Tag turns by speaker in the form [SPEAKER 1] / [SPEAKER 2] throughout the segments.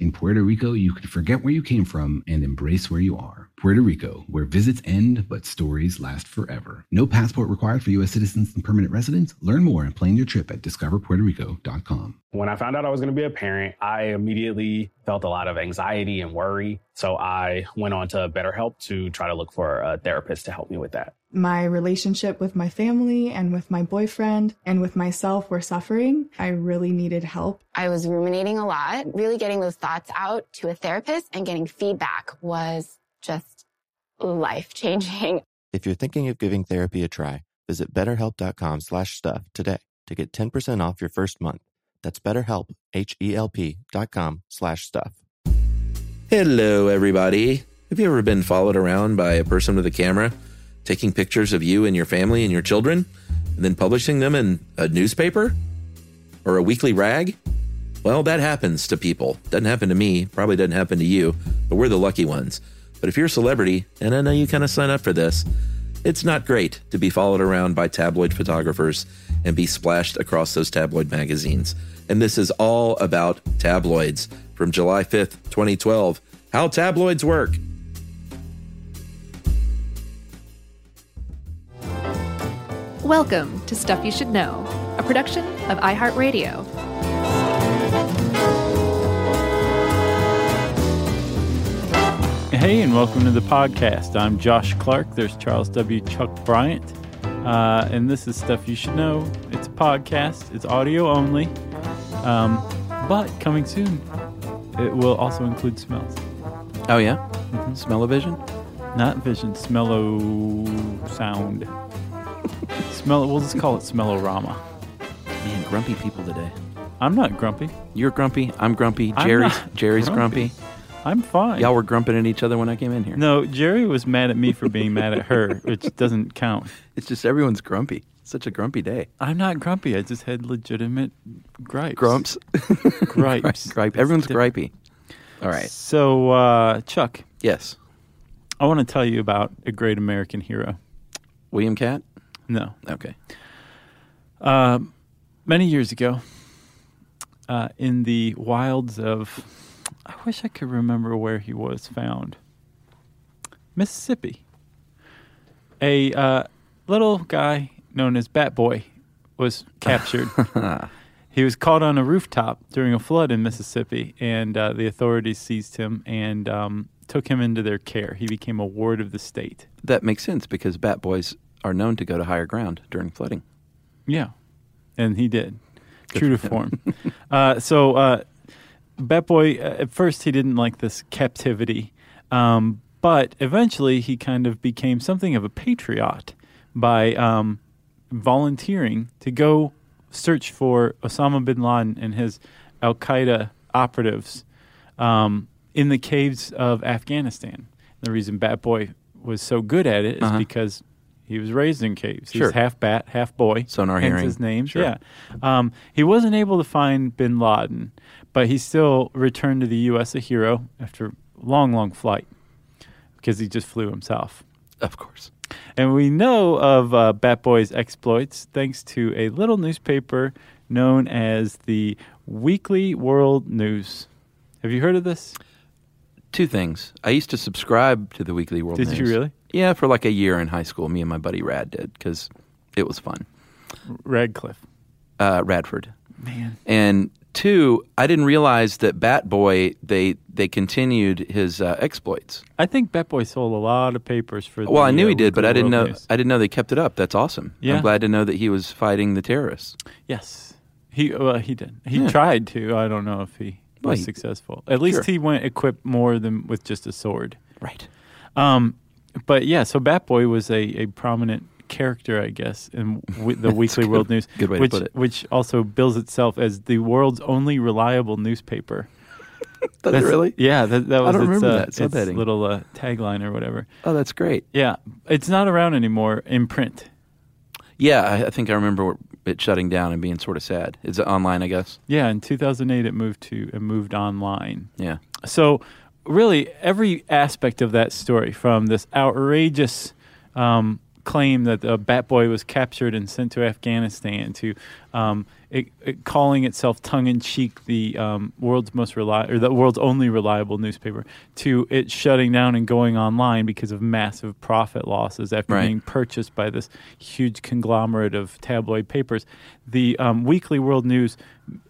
[SPEAKER 1] In Puerto Rico, you can forget where you came from and embrace where you are. Puerto Rico, where visits end but stories last forever. No passport required for U.S. citizens and permanent residents. Learn more and plan your trip at discoverpuertorico.com.
[SPEAKER 2] When I found out I was going to be a parent, I immediately felt a lot of anxiety and worry. So I went on to BetterHelp to try to look for a therapist to help me with that.
[SPEAKER 3] My relationship with my family and with my boyfriend and with myself were suffering. I really needed help.
[SPEAKER 4] I was ruminating a lot. Really getting those thoughts out to a therapist and getting feedback was just life changing.
[SPEAKER 5] If you're thinking of giving therapy a try, visit betterhelp.com slash stuff today to get 10% off your first month. That's betterhelp, H-E-L-P dot com slash stuff.
[SPEAKER 6] Hello, everybody. Have you ever been followed around by a person with a camera taking pictures of you and your family and your children and then publishing them in a newspaper or a weekly rag? Well, that happens to people. Doesn't happen to me, probably doesn't happen to you, but we're the lucky ones. But if you're a celebrity, and I know you kind of sign up for this, it's not great to be followed around by tabloid photographers and be splashed across those tabloid magazines. And this is all about tabloids from July 5th, 2012 How Tabloids Work.
[SPEAKER 7] Welcome to Stuff You Should Know, a production of iHeartRadio.
[SPEAKER 8] Hey, and welcome to the podcast. I'm Josh Clark. There's Charles W. Chuck Bryant. Uh, and this is Stuff You Should Know. It's a podcast, it's audio only. Um, but coming soon, it will also include smells.
[SPEAKER 5] Oh, yeah? Smell-o-vision?
[SPEAKER 8] Not vision, smello sound. smell we'll just call it smellorama.
[SPEAKER 5] Man, grumpy people today.
[SPEAKER 8] I'm not grumpy.
[SPEAKER 5] You're grumpy, I'm grumpy,
[SPEAKER 8] I'm
[SPEAKER 5] Jerry's,
[SPEAKER 8] not
[SPEAKER 5] Jerry's
[SPEAKER 8] grumpy.
[SPEAKER 5] grumpy.
[SPEAKER 8] I'm fine.
[SPEAKER 5] Y'all were grumping at each other when I came in here.
[SPEAKER 8] no, Jerry was mad at me for being mad at her, which doesn't count.
[SPEAKER 5] It's just everyone's grumpy. Such a grumpy day.
[SPEAKER 8] I'm not grumpy. I just had legitimate gripes.
[SPEAKER 5] Grumps.
[SPEAKER 8] Gripes.
[SPEAKER 5] Gripe. Everyone's
[SPEAKER 8] Di-
[SPEAKER 5] gripey. All right.
[SPEAKER 8] So, uh, Chuck,
[SPEAKER 5] Yes.
[SPEAKER 8] I want to tell you about a great American hero.
[SPEAKER 5] William Cat?
[SPEAKER 8] No,
[SPEAKER 5] Okay.
[SPEAKER 8] many years ago, uh, in the wilds of, I wish I could remember where he was found, Mississippi. A uh, little guy known as Bat Boy was captured. he was caught on a rooftop during a flood in Mississippi, and uh, the authorities seized him and um, took him into their care. He became a ward of the state.
[SPEAKER 5] That makes sense because bat boys are known to go to higher ground during flooding.
[SPEAKER 8] Yeah, and he did, true to form. uh, so, uh, Bat Boy, uh, at first he didn't like this captivity, um, but eventually he kind of became something of a patriot by um, volunteering to go search for Osama bin Laden and his Al Qaeda operatives um, in the caves of Afghanistan. The reason Bat Boy was so good at it is because he was raised in caves. He
[SPEAKER 5] Uh-huh. Sure.
[SPEAKER 8] was half bat, half boy.
[SPEAKER 5] Sonar
[SPEAKER 8] hence
[SPEAKER 5] hearing.
[SPEAKER 8] his name.
[SPEAKER 5] Sure.
[SPEAKER 8] Yeah. Um, he wasn't able to find bin Laden, but he still returned to the U.S. a hero after a long, long flight because he just flew himself.
[SPEAKER 5] Of course.
[SPEAKER 8] And we know of uh, Bat Boy's exploits thanks to a little newspaper known as the Weekly World News. Have you heard of this?
[SPEAKER 5] Two things. I used to subscribe to the Weekly World
[SPEAKER 8] Did
[SPEAKER 5] News.
[SPEAKER 8] you really?
[SPEAKER 5] Yeah, for like a year in high school. Me and my buddy Rad did because it was fun.
[SPEAKER 8] Radcliffe.
[SPEAKER 5] Uh, Radford.
[SPEAKER 8] Man.
[SPEAKER 5] And two, I didn't realize that Bat Boy they they continued his uh, exploits.
[SPEAKER 8] I think Bat Boy sold a lot of papers for
[SPEAKER 5] Well,
[SPEAKER 8] the,
[SPEAKER 5] I knew
[SPEAKER 8] uh,
[SPEAKER 5] he did, but
[SPEAKER 8] Weekly
[SPEAKER 5] I didn't
[SPEAKER 8] World
[SPEAKER 5] know
[SPEAKER 8] News.
[SPEAKER 5] I didn't know they kept it up. That's awesome.
[SPEAKER 8] Yeah.
[SPEAKER 5] I'm glad to know that he was fighting the terrorists.
[SPEAKER 8] Yes, he well he did. He tried to. I don't know if he was
[SPEAKER 5] Well, he-
[SPEAKER 8] successful. At least
[SPEAKER 5] Sure.
[SPEAKER 8] he went equipped more than with just a sword.
[SPEAKER 5] Right.
[SPEAKER 8] Um, but yeah, so Bat Boy was a, a prominent character, I guess, in w- the Weekly World News,
[SPEAKER 5] good way to
[SPEAKER 8] which
[SPEAKER 5] put it.
[SPEAKER 8] which also bills itself as the world's only reliable newspaper.
[SPEAKER 6] Did it really?
[SPEAKER 8] Yeah, that, that was
[SPEAKER 9] don't
[SPEAKER 8] its,
[SPEAKER 9] remember
[SPEAKER 8] uh,
[SPEAKER 9] that
[SPEAKER 8] its
[SPEAKER 9] subheading.
[SPEAKER 8] little uh, tagline or whatever.
[SPEAKER 9] Oh, that's great.
[SPEAKER 8] Yeah, it's not around anymore in print.
[SPEAKER 9] Yeah, I, I think I remember it shutting down and being sort of sad. It's online, I guess.
[SPEAKER 8] Yeah, in 2008 it moved to it moved online.
[SPEAKER 9] Yeah.
[SPEAKER 8] So, really, every aspect of that story, from this outrageous um, claim that the Bat Boy was captured and sent to Afghanistan, to um, it, it calling itself tongue in cheek the um, world's most reliable or the world's only reliable newspaper, to it shutting down and going online because of massive profit losses after
[SPEAKER 9] Right.
[SPEAKER 8] being purchased by this huge conglomerate of tabloid papers. The um, Weekly World News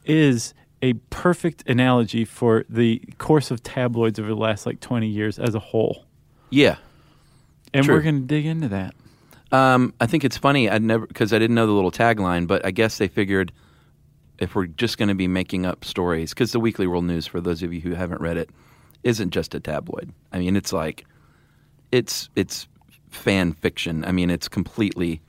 [SPEAKER 8] is a perfect analogy for the course of tabloids over the last like 20 years as a whole.
[SPEAKER 9] Yeah.
[SPEAKER 8] And
[SPEAKER 9] True.
[SPEAKER 8] we're going to dig into that.
[SPEAKER 9] Um, I think it's funny. I never because I didn't know the little tagline, but I guess they figured if we're just going to be making up stories, because the Weekly World News, for those of you who haven't read it, isn't just a tabloid. I mean, it's like it's it's fan fiction. I mean, it's completely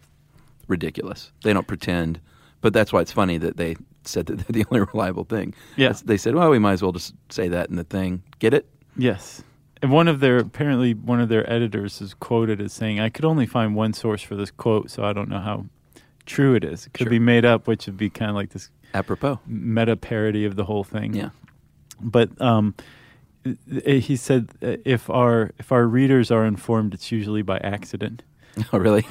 [SPEAKER 9] ridiculous. They don't pretend, but that's why it's funny that they said that they're the only reliable thing.
[SPEAKER 8] Yeah.
[SPEAKER 9] That's- they said, well, we might as well just say that in the thing. Get it?
[SPEAKER 8] Yes. And one of their apparently one of their editors is quoted as saying, "I could only find one source for this quote, so I don't know how true it is. It could be made up, which would be kind of like this
[SPEAKER 9] Apropos.
[SPEAKER 8] meta parody of the whole thing."
[SPEAKER 9] Yeah.
[SPEAKER 8] but um, i- i- he said uh, if our if our readers are informed, it's usually by accident.
[SPEAKER 9] Oh, really?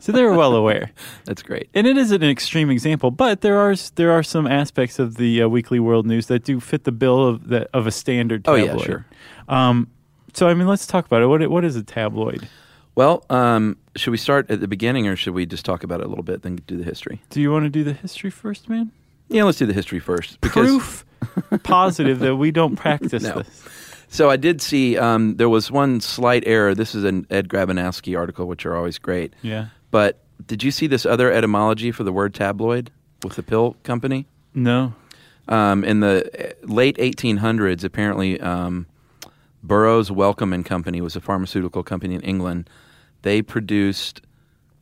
[SPEAKER 8] So they were well aware,
[SPEAKER 9] that's great.
[SPEAKER 8] and it is an extreme example. But there are s- there are some aspects of the uh, Weekly World News that do fit the bill of the, of a standard.
[SPEAKER 9] Oh,
[SPEAKER 8] Tabloid.
[SPEAKER 9] yeah, sure.
[SPEAKER 8] Um, so I mean, let's talk about it. What i- what is a tabloid?
[SPEAKER 9] Well, um, should we start at the beginning or should we just talk about it a little bit, then do the history?
[SPEAKER 8] Do you want to do the history first, man?
[SPEAKER 9] Yeah, let's do the history first. because-
[SPEAKER 8] Proof positive that we don't practice
[SPEAKER 9] No.
[SPEAKER 8] this.
[SPEAKER 9] So I did see um, there was one slight error. This is an Ed Grabanowski article, which are always great.
[SPEAKER 8] Yeah.
[SPEAKER 9] But did you see this other etymology for the word tabloid with the pill company?
[SPEAKER 8] No.
[SPEAKER 9] Um, in the uh, late 1800s, apparently, um, Burroughs Wellcome and Company was a pharmaceutical company in England. They produced,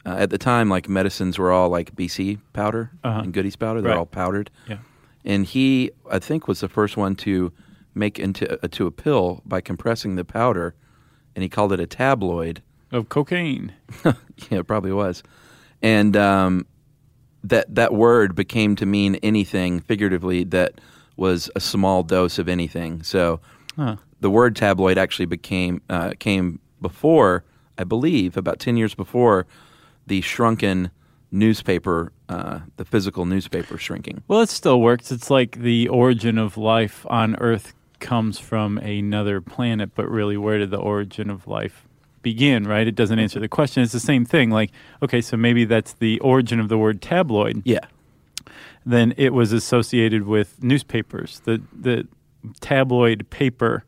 [SPEAKER 9] uh, at the time, like medicines were all like BC powder
[SPEAKER 8] Uh-huh.
[SPEAKER 9] and goodies powder. They're
[SPEAKER 8] Right.
[SPEAKER 9] all powdered.
[SPEAKER 8] Yeah.
[SPEAKER 9] And he, I think, was the first one to make into uh, to a pill by compressing the powder, and he called it a tabloid.
[SPEAKER 8] Of cocaine.
[SPEAKER 9] Yeah, it probably was. And um, that that word became to mean anything figuratively that was a small dose of anything. So the word tabloid actually became uh, came before, I believe, about ten years before the shrunken newspaper, uh, the physical newspaper shrinking.
[SPEAKER 8] Well, it still works. It's like the origin of life on Earth comes from another planet, but really, where did the origin of life begin, right? It doesn't answer the question. It's the same thing. Like, okay, so maybe that's the origin of the word tabloid.
[SPEAKER 9] Yeah,
[SPEAKER 8] Then it was associated with newspapers. The, the tabloid paper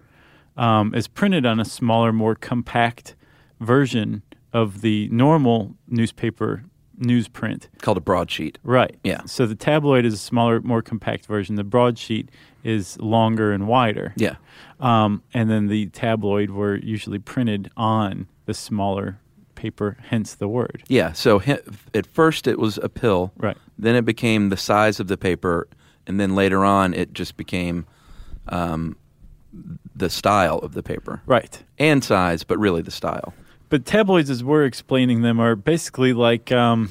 [SPEAKER 8] um, is printed on a smaller, more compact version of the normal newspaper newsprint.
[SPEAKER 9] called a broadsheet.
[SPEAKER 8] Right.
[SPEAKER 9] Yeah.
[SPEAKER 8] So the tabloid is a smaller, more compact version. The broadsheet is longer and wider.
[SPEAKER 9] Yeah,
[SPEAKER 8] Um, and then the tabloid were usually printed on the smaller paper, hence the word.
[SPEAKER 9] yeah. So he- at first it was a pill.
[SPEAKER 8] Right.
[SPEAKER 9] Then it became the size of the paper, and then later on it just became um, the style of the paper
[SPEAKER 8] Right.
[SPEAKER 9] and size, but really the style.
[SPEAKER 8] But tabloids, as we're explaining them, are basically like um,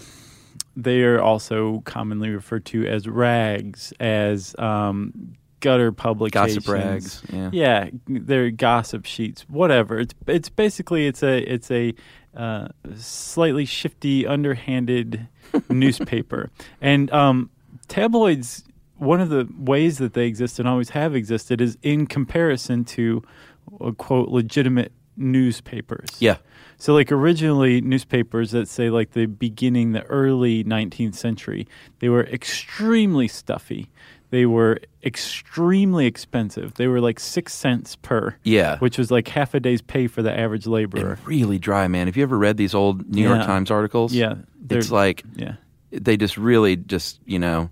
[SPEAKER 8] they are also commonly referred to as rags, as um, gutter publications,
[SPEAKER 9] rags, yeah.
[SPEAKER 8] yeah, they're gossip sheets, whatever. It's it's basically it's a it's a uh, slightly shifty, underhanded newspaper, and um, tabloids. One of the ways that they exist and always have existed is in comparison to uh, quote legitimate newspapers.
[SPEAKER 9] Yeah,
[SPEAKER 8] So, like originally, newspapers that say like the beginning, the early 19th century, they were extremely stuffy. They were extremely expensive. They were like six cents per,
[SPEAKER 9] yeah.
[SPEAKER 8] which was like half a day's pay for the average laborer.
[SPEAKER 9] really dry, man. Have you ever read these old New
[SPEAKER 8] Yeah.
[SPEAKER 9] York Times articles?
[SPEAKER 8] Yeah, they're-
[SPEAKER 9] it's like
[SPEAKER 8] yeah,
[SPEAKER 9] they just really just you know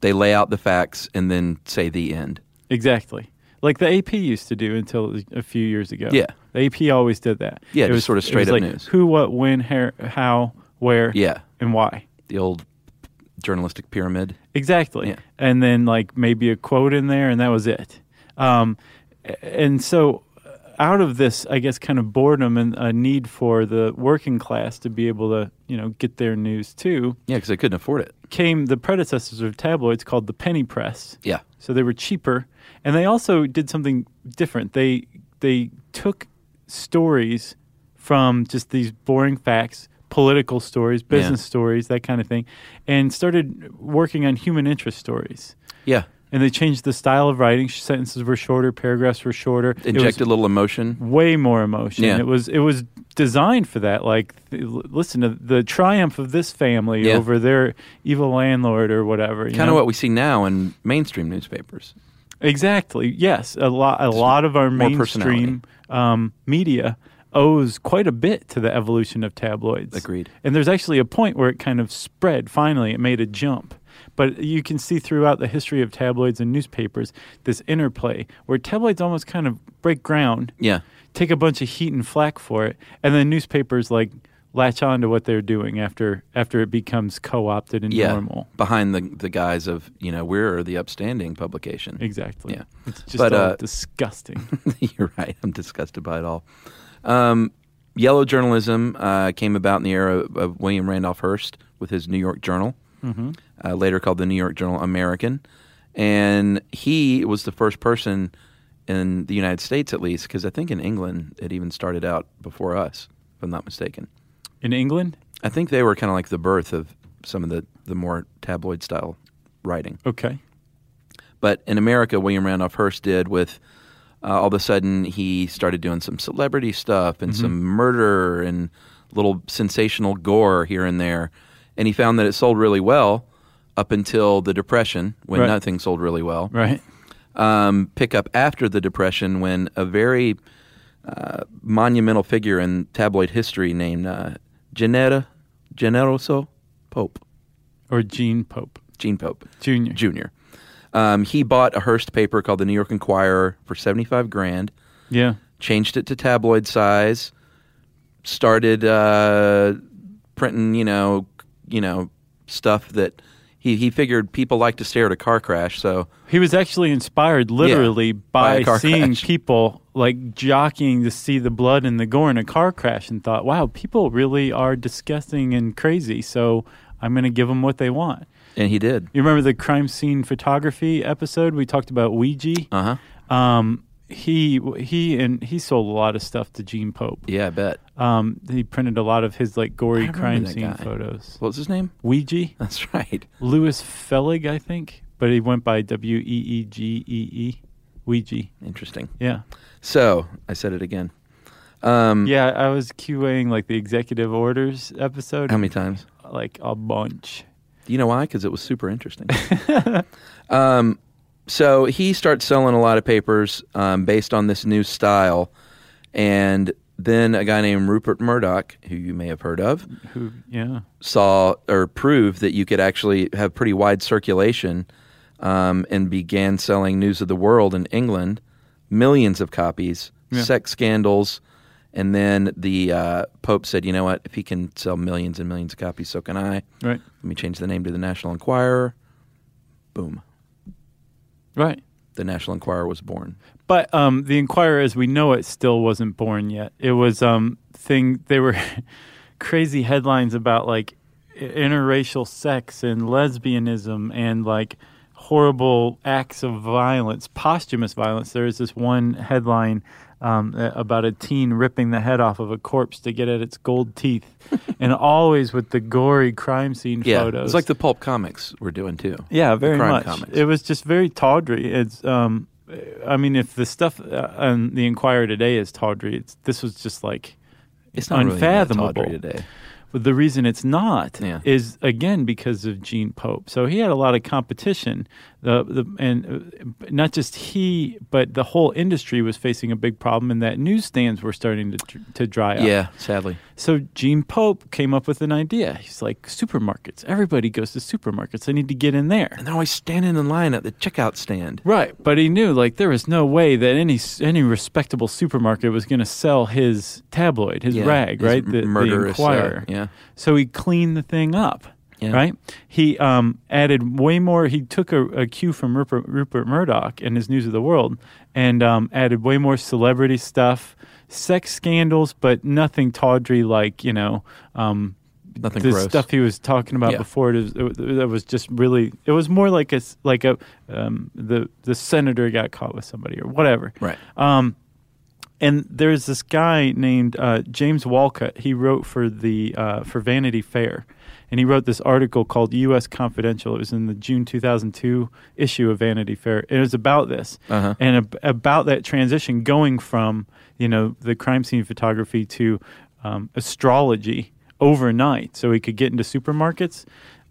[SPEAKER 9] they lay out the facts and then say the end.
[SPEAKER 8] exactly. Like the AP used to do until a few years ago.
[SPEAKER 9] Yeah.
[SPEAKER 8] the AP always did that.
[SPEAKER 9] Yeah, just sort of
[SPEAKER 8] it
[SPEAKER 9] straight up
[SPEAKER 8] like
[SPEAKER 9] news.
[SPEAKER 8] Who, what, when, how, how where,
[SPEAKER 9] Yeah,
[SPEAKER 8] and why.
[SPEAKER 9] the old journalistic pyramid.
[SPEAKER 8] Exactly.
[SPEAKER 9] Yeah.
[SPEAKER 8] And then like maybe a quote in there and that was it. Um, a- and so, uh, out of this, I guess, kind of boredom and a need for the working class to be able to, you know, get their news too,
[SPEAKER 9] Yeah, because they couldn't afford it.
[SPEAKER 8] came the predecessors of tabloids called the penny press.
[SPEAKER 9] Yeah.
[SPEAKER 8] So they were cheaper, and they also did something different. They they took stories from just these boring facts, political stories, business stories, that kind of thing, and started working on human interest stories.
[SPEAKER 9] Yeah.
[SPEAKER 8] And they changed the style of writing. Sentences were shorter, paragraphs were shorter. It was
[SPEAKER 9] Inject a little emotion.
[SPEAKER 8] way more emotion.
[SPEAKER 9] Yeah.
[SPEAKER 8] It was it was designed for that. Like, th- l- listen to the triumph of this family
[SPEAKER 9] Yeah.
[SPEAKER 8] over their evil landlord or whatever.
[SPEAKER 9] Kind of what we see now in mainstream newspapers.
[SPEAKER 8] Exactly. Yes, a lot. A lot of our
[SPEAKER 9] more
[SPEAKER 8] mainstream um, media owes quite a bit to the evolution of tabloids.
[SPEAKER 9] Agreed.
[SPEAKER 8] And there's actually a point where it kind of spread. Finally, it made a jump. But you can see throughout the history of tabloids and newspapers this interplay where tabloids almost kind of break ground,
[SPEAKER 9] Yeah.
[SPEAKER 8] take a bunch of heat and flack for it, and then newspapers like latch on to what they're doing after after it becomes co-opted and
[SPEAKER 9] Yeah.
[SPEAKER 8] normal.
[SPEAKER 9] Behind the, the guise of, you know, we're the upstanding publication.
[SPEAKER 8] Exactly.
[SPEAKER 9] Yeah.
[SPEAKER 8] It's just
[SPEAKER 9] But,
[SPEAKER 8] all
[SPEAKER 9] uh,
[SPEAKER 8] disgusting.
[SPEAKER 9] You're right. I'm disgusted by it all. Um, yellow journalism uh, came about in the era of, of William Randolph Hearst with his New York Journal, uh, later called the New York Journal American. And he was the first person in the United States, at least, because I think in England it even started out before us, if I'm not mistaken.
[SPEAKER 8] In England?
[SPEAKER 9] I think they were kind of like the birth of some of the, the more tabloid style writing.
[SPEAKER 8] Okay.
[SPEAKER 9] But in America, William Randolph Hearst did with uh, all of a sudden he started doing some celebrity stuff and some murder and little sensational gore here and there. And he found that it sold really well up until the Depression when
[SPEAKER 8] Right.
[SPEAKER 9] nothing sold really well.
[SPEAKER 8] Right.
[SPEAKER 9] Um, pick up after the Depression when a very uh, monumental figure in tabloid history named uh, Genera, Generoso Pope,
[SPEAKER 8] Or Gene Pope
[SPEAKER 9] Gene Pope.
[SPEAKER 8] Jr.
[SPEAKER 9] Jr. Um, he bought a Hearst paper called the New York Inquirer for seventy-five grand,
[SPEAKER 8] yeah.
[SPEAKER 9] changed it to tabloid size, started uh, printing, you know, you know, stuff that he, he figured people like to stare at a car crash, so
[SPEAKER 8] He was actually inspired literally
[SPEAKER 9] by
[SPEAKER 8] by,
[SPEAKER 9] a car
[SPEAKER 8] seeing
[SPEAKER 9] crash.
[SPEAKER 8] people like jockeying to see the blood and the gore in a car crash and thought, wow, people really are disgusting and crazy. So I'm going to give them what they want.
[SPEAKER 9] and he did.
[SPEAKER 8] You remember the crime scene photography episode? We talked about Ouija.
[SPEAKER 9] Uh huh.
[SPEAKER 8] Um, he he and he sold a lot of stuff to Gene Pope.
[SPEAKER 9] Yeah, I bet.
[SPEAKER 8] Um, he printed a lot of his like gory
[SPEAKER 9] remember
[SPEAKER 8] crime
[SPEAKER 9] that
[SPEAKER 8] scene
[SPEAKER 9] guy.
[SPEAKER 8] photos.
[SPEAKER 9] What was his name?
[SPEAKER 8] Ouija.
[SPEAKER 9] That's right.
[SPEAKER 8] Louis Felig, I think, but he went by W E E G E E, Ouija.
[SPEAKER 9] Interesting.
[SPEAKER 8] Yeah,
[SPEAKER 9] So I said it again. Um,
[SPEAKER 8] yeah. I was QAing like the executive orders episode,
[SPEAKER 9] How many times?
[SPEAKER 8] like a bunch.
[SPEAKER 9] You know why? Because it was super interesting. um, so he starts selling a lot of papers um, based on this new style, and then a guy named Rupert Murdoch, who you may have heard of,
[SPEAKER 8] Who? Yeah,
[SPEAKER 9] saw or proved that you could actually have pretty wide circulation, um, and began selling News of the World in England, millions of copies, sex scandals, and then the uh, Pope said, "You know what? If he can sell millions and millions of copies, so can I."
[SPEAKER 8] right,
[SPEAKER 9] Let me change the name to the National Enquirer. Boom.
[SPEAKER 8] right.
[SPEAKER 9] The National Enquirer was born.
[SPEAKER 8] But um, the Inquirer, as we know it, still wasn't born yet. It was um thing. They were crazy headlines about like i- interracial sex and lesbianism and like horrible acts of violence, posthumous violence. There is this one headline um, a- about a teen ripping the head off of a corpse to get at its gold teeth, and always with the gory crime scene
[SPEAKER 9] It
[SPEAKER 8] photos.
[SPEAKER 9] was like the pulp comics were doing too.
[SPEAKER 8] Yeah, very
[SPEAKER 9] crime
[SPEAKER 8] much.
[SPEAKER 9] comics.
[SPEAKER 8] It was just very tawdry. It's, um, I mean, if the stuff uh, on the Inquirer today is tawdry, it's this was just like.
[SPEAKER 9] It's not really that
[SPEAKER 8] Unfathomable.
[SPEAKER 9] tawdry today.
[SPEAKER 8] But the reason it's not
[SPEAKER 9] Yeah.
[SPEAKER 8] is again because of Gene Pope. So he had a lot of competition. The the and uh, not just he, but the whole industry was facing a big problem, and that newsstands were starting to dr- to dry up.
[SPEAKER 9] Yeah, sadly.
[SPEAKER 8] So Gene Pope came up with an idea. He's like, supermarkets. Everybody goes to supermarkets. I need to get in there.
[SPEAKER 9] And they're always standing in line at the checkout stand.
[SPEAKER 8] Right, but he knew like there was no way that any any respectable supermarket was going to sell his tabloid, his
[SPEAKER 9] Yeah,
[SPEAKER 8] rag,
[SPEAKER 9] his
[SPEAKER 8] right?
[SPEAKER 9] m-
[SPEAKER 8] The, the
[SPEAKER 9] murderous, uh,
[SPEAKER 8] Inquirer.
[SPEAKER 9] yeah.
[SPEAKER 8] So he cleaned the thing up.
[SPEAKER 9] Yeah.
[SPEAKER 8] right? He um, added way more. He took a, a cue from Rupert, Rupert Murdoch and his News of the World, and um, added way more celebrity stuff, sex scandals, but nothing tawdry like you know. Um,
[SPEAKER 9] Nothing
[SPEAKER 8] the
[SPEAKER 9] gross.
[SPEAKER 8] stuff he was talking about
[SPEAKER 9] Yeah.
[SPEAKER 8] before it was, it, that was just really it was more like a s- like a um, the the senator got caught with somebody or whatever
[SPEAKER 9] Right.
[SPEAKER 8] and there's this guy named uh, James Walcott. He wrote for the uh, for Vanity Fair, and he wrote this article called "U.S. Confidential." It was in the June 2002 issue of Vanity Fair. It was about this
[SPEAKER 9] Uh-huh.
[SPEAKER 8] and ab- about that transition going from you know the crime scene photography to um, astrology overnight, so he could get into supermarkets.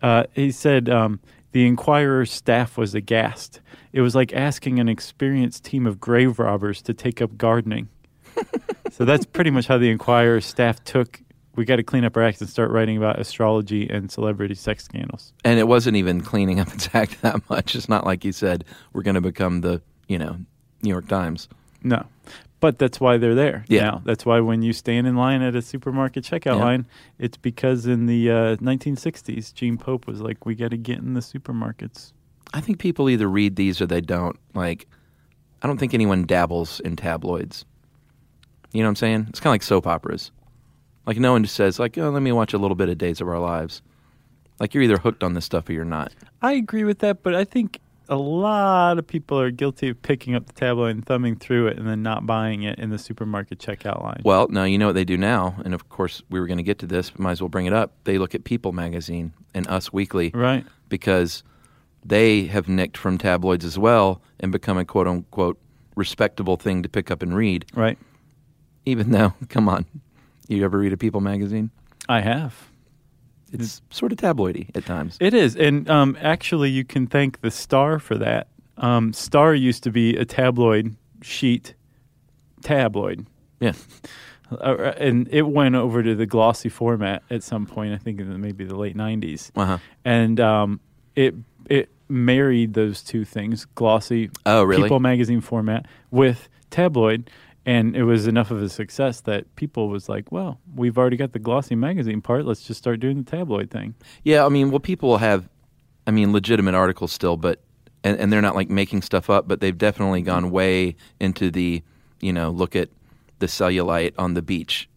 [SPEAKER 8] Uh, he said. Um, the Inquirer's staff was aghast. It was like asking an experienced team of grave robbers to take up gardening. So that's pretty much how the Inquirer's staff took. We got to clean up our acts and start writing about astrology and celebrity sex scandals.
[SPEAKER 9] and it wasn't even cleaning up its act that much. It's not like he said we're going to become the you know New York Times.
[SPEAKER 8] No, but that's why they're there.
[SPEAKER 9] Yeah.
[SPEAKER 8] now. that's why when you stand in line at a supermarket checkout
[SPEAKER 9] Yeah.
[SPEAKER 8] line, it's because in the uh, 1960s, Gene Pope was like, "We got to get in the supermarkets."
[SPEAKER 9] I think people either read these or they don't. Like, I don't think anyone dabbles in tabloids. You know what I'm saying? It's kind of like soap operas. Like, no one just says, like, oh, let me watch a little bit of Days of Our Lives. Like, you're either hooked on this stuff or you're not.
[SPEAKER 8] I agree with that, but I think a lot of people are guilty of picking up the tabloid and thumbing through it and then not buying it in the supermarket checkout line.
[SPEAKER 9] Well, no, you know what they do now, and of course we were going to get to this, but might as well bring it up. They look at People magazine and Us Weekly
[SPEAKER 8] Right.
[SPEAKER 9] because they have nicked from tabloids as well and become a quote unquote respectable thing to pick up and read.
[SPEAKER 8] Right.
[SPEAKER 9] Even though, come on, you ever read a People magazine?
[SPEAKER 8] I have.
[SPEAKER 9] It's sort of tabloidy at times.
[SPEAKER 8] It is, and um, actually, you can thank the Star for that. Um, Star used to be a tabloid sheet, tabloid,
[SPEAKER 9] yeah,
[SPEAKER 8] uh, and it went over to the glossy format at some point. I think in the, maybe the late '90s,
[SPEAKER 9] Uh-huh.
[SPEAKER 8] and um, it it married those two things: glossy,
[SPEAKER 9] Oh, really?
[SPEAKER 8] People magazine format with tabloid. And it was enough of a success that people was like, "Well, we've already got the glossy magazine part. Let's just start doing the tabloid thing."
[SPEAKER 9] yeah. I mean, well, people have, I mean, legitimate articles still, but and, and they're not like making stuff up, but they've definitely gone way into the, you know, look at the cellulite on the beach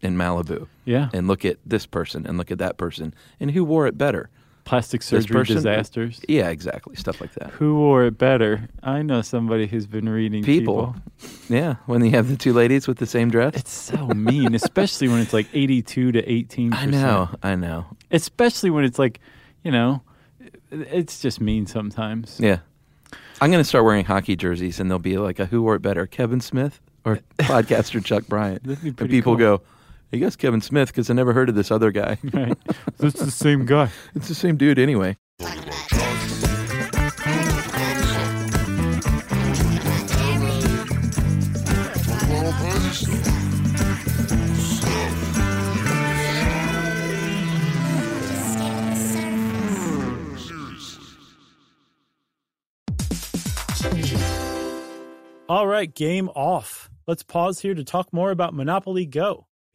[SPEAKER 9] in Malibu.
[SPEAKER 8] Yeah.
[SPEAKER 9] and look at this person and look at that person and who wore it better.
[SPEAKER 8] plastic
[SPEAKER 9] This
[SPEAKER 8] surgery
[SPEAKER 9] person-
[SPEAKER 8] disasters.
[SPEAKER 9] Yeah, exactly. Stuff like that.
[SPEAKER 8] Who wore it better? I know somebody who's been reading people.
[SPEAKER 9] People. Yeah, when you have the two ladies with the same dress.
[SPEAKER 8] It's so mean, especially when it's like 82 to 18.
[SPEAKER 9] I know, I know.
[SPEAKER 8] Especially when it's like, you know, it's just mean sometimes.
[SPEAKER 9] Yeah. I'm going to start wearing hockey jerseys and they'll be like, a, who wore it better, Kevin Smith or podcaster Chuck Bryant?
[SPEAKER 8] That'd be
[SPEAKER 9] and
[SPEAKER 8] pretty
[SPEAKER 9] people
[SPEAKER 8] cool.
[SPEAKER 9] go, I guess Kevin Smith because I never heard of this other guy.
[SPEAKER 8] Right. That's the same guy.
[SPEAKER 9] it's the same dude anyway.
[SPEAKER 10] All right, game off. Let's pause here to talk more about Monopoly Go.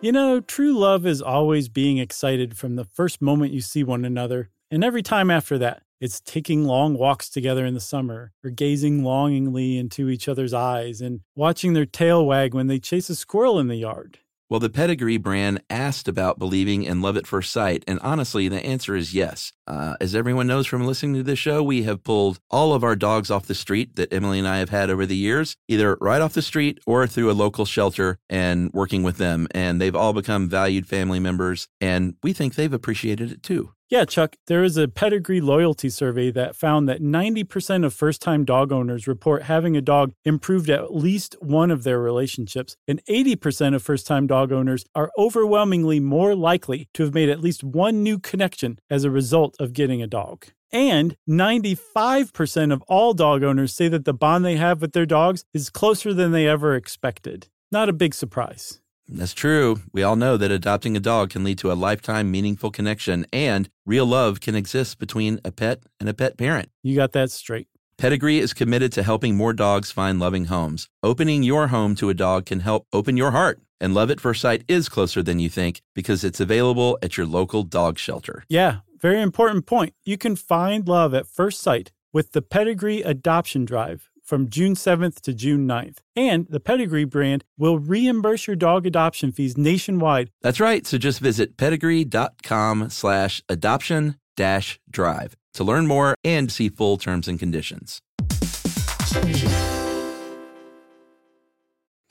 [SPEAKER 10] You know, true love is always being excited from the first moment you see one another, and every time after that. It's taking long walks together in the summer, or gazing longingly into each other's eyes, and watching their tail wag when they chase a squirrel in the yard.
[SPEAKER 9] Well, the Pedigree brand asked about believing in love at first sight, and honestly, the answer is yes. Uh, as everyone knows from listening to this show, we have pulled all of our dogs off the street that Emily and I have had over the years, either right off the street or through a local shelter and working with them. And they've all become valued family members, and we think they've appreciated it too.
[SPEAKER 8] Yeah, Chuck, there is a pedigree loyalty survey that found that 90% of first time dog owners report having a dog improved at least one of their relationships, and 80% of first time dog owners are overwhelmingly more likely to have made at least one new connection as a result of getting a dog. And 95% of all dog owners say that the bond they have with their dogs is closer than they ever expected. Not a big surprise.
[SPEAKER 9] That's true. We all know that adopting a dog can lead to a lifetime meaningful connection, and real love can exist between a pet and a pet parent.
[SPEAKER 8] You got that straight.
[SPEAKER 9] Pedigree is committed to helping more dogs find loving homes. Opening your home to a dog can help open your heart, and love at first sight is closer than you think because it's available at your local dog shelter.
[SPEAKER 8] Yeah, very important point. You can find love at first sight with the Pedigree Adoption Drive from June 7th to June 9th. And the Pedigree brand will reimburse your dog adoption fees nationwide.
[SPEAKER 9] That's right. So just visit pedigree.com slash adoption dash drive to learn more and see full terms and conditions.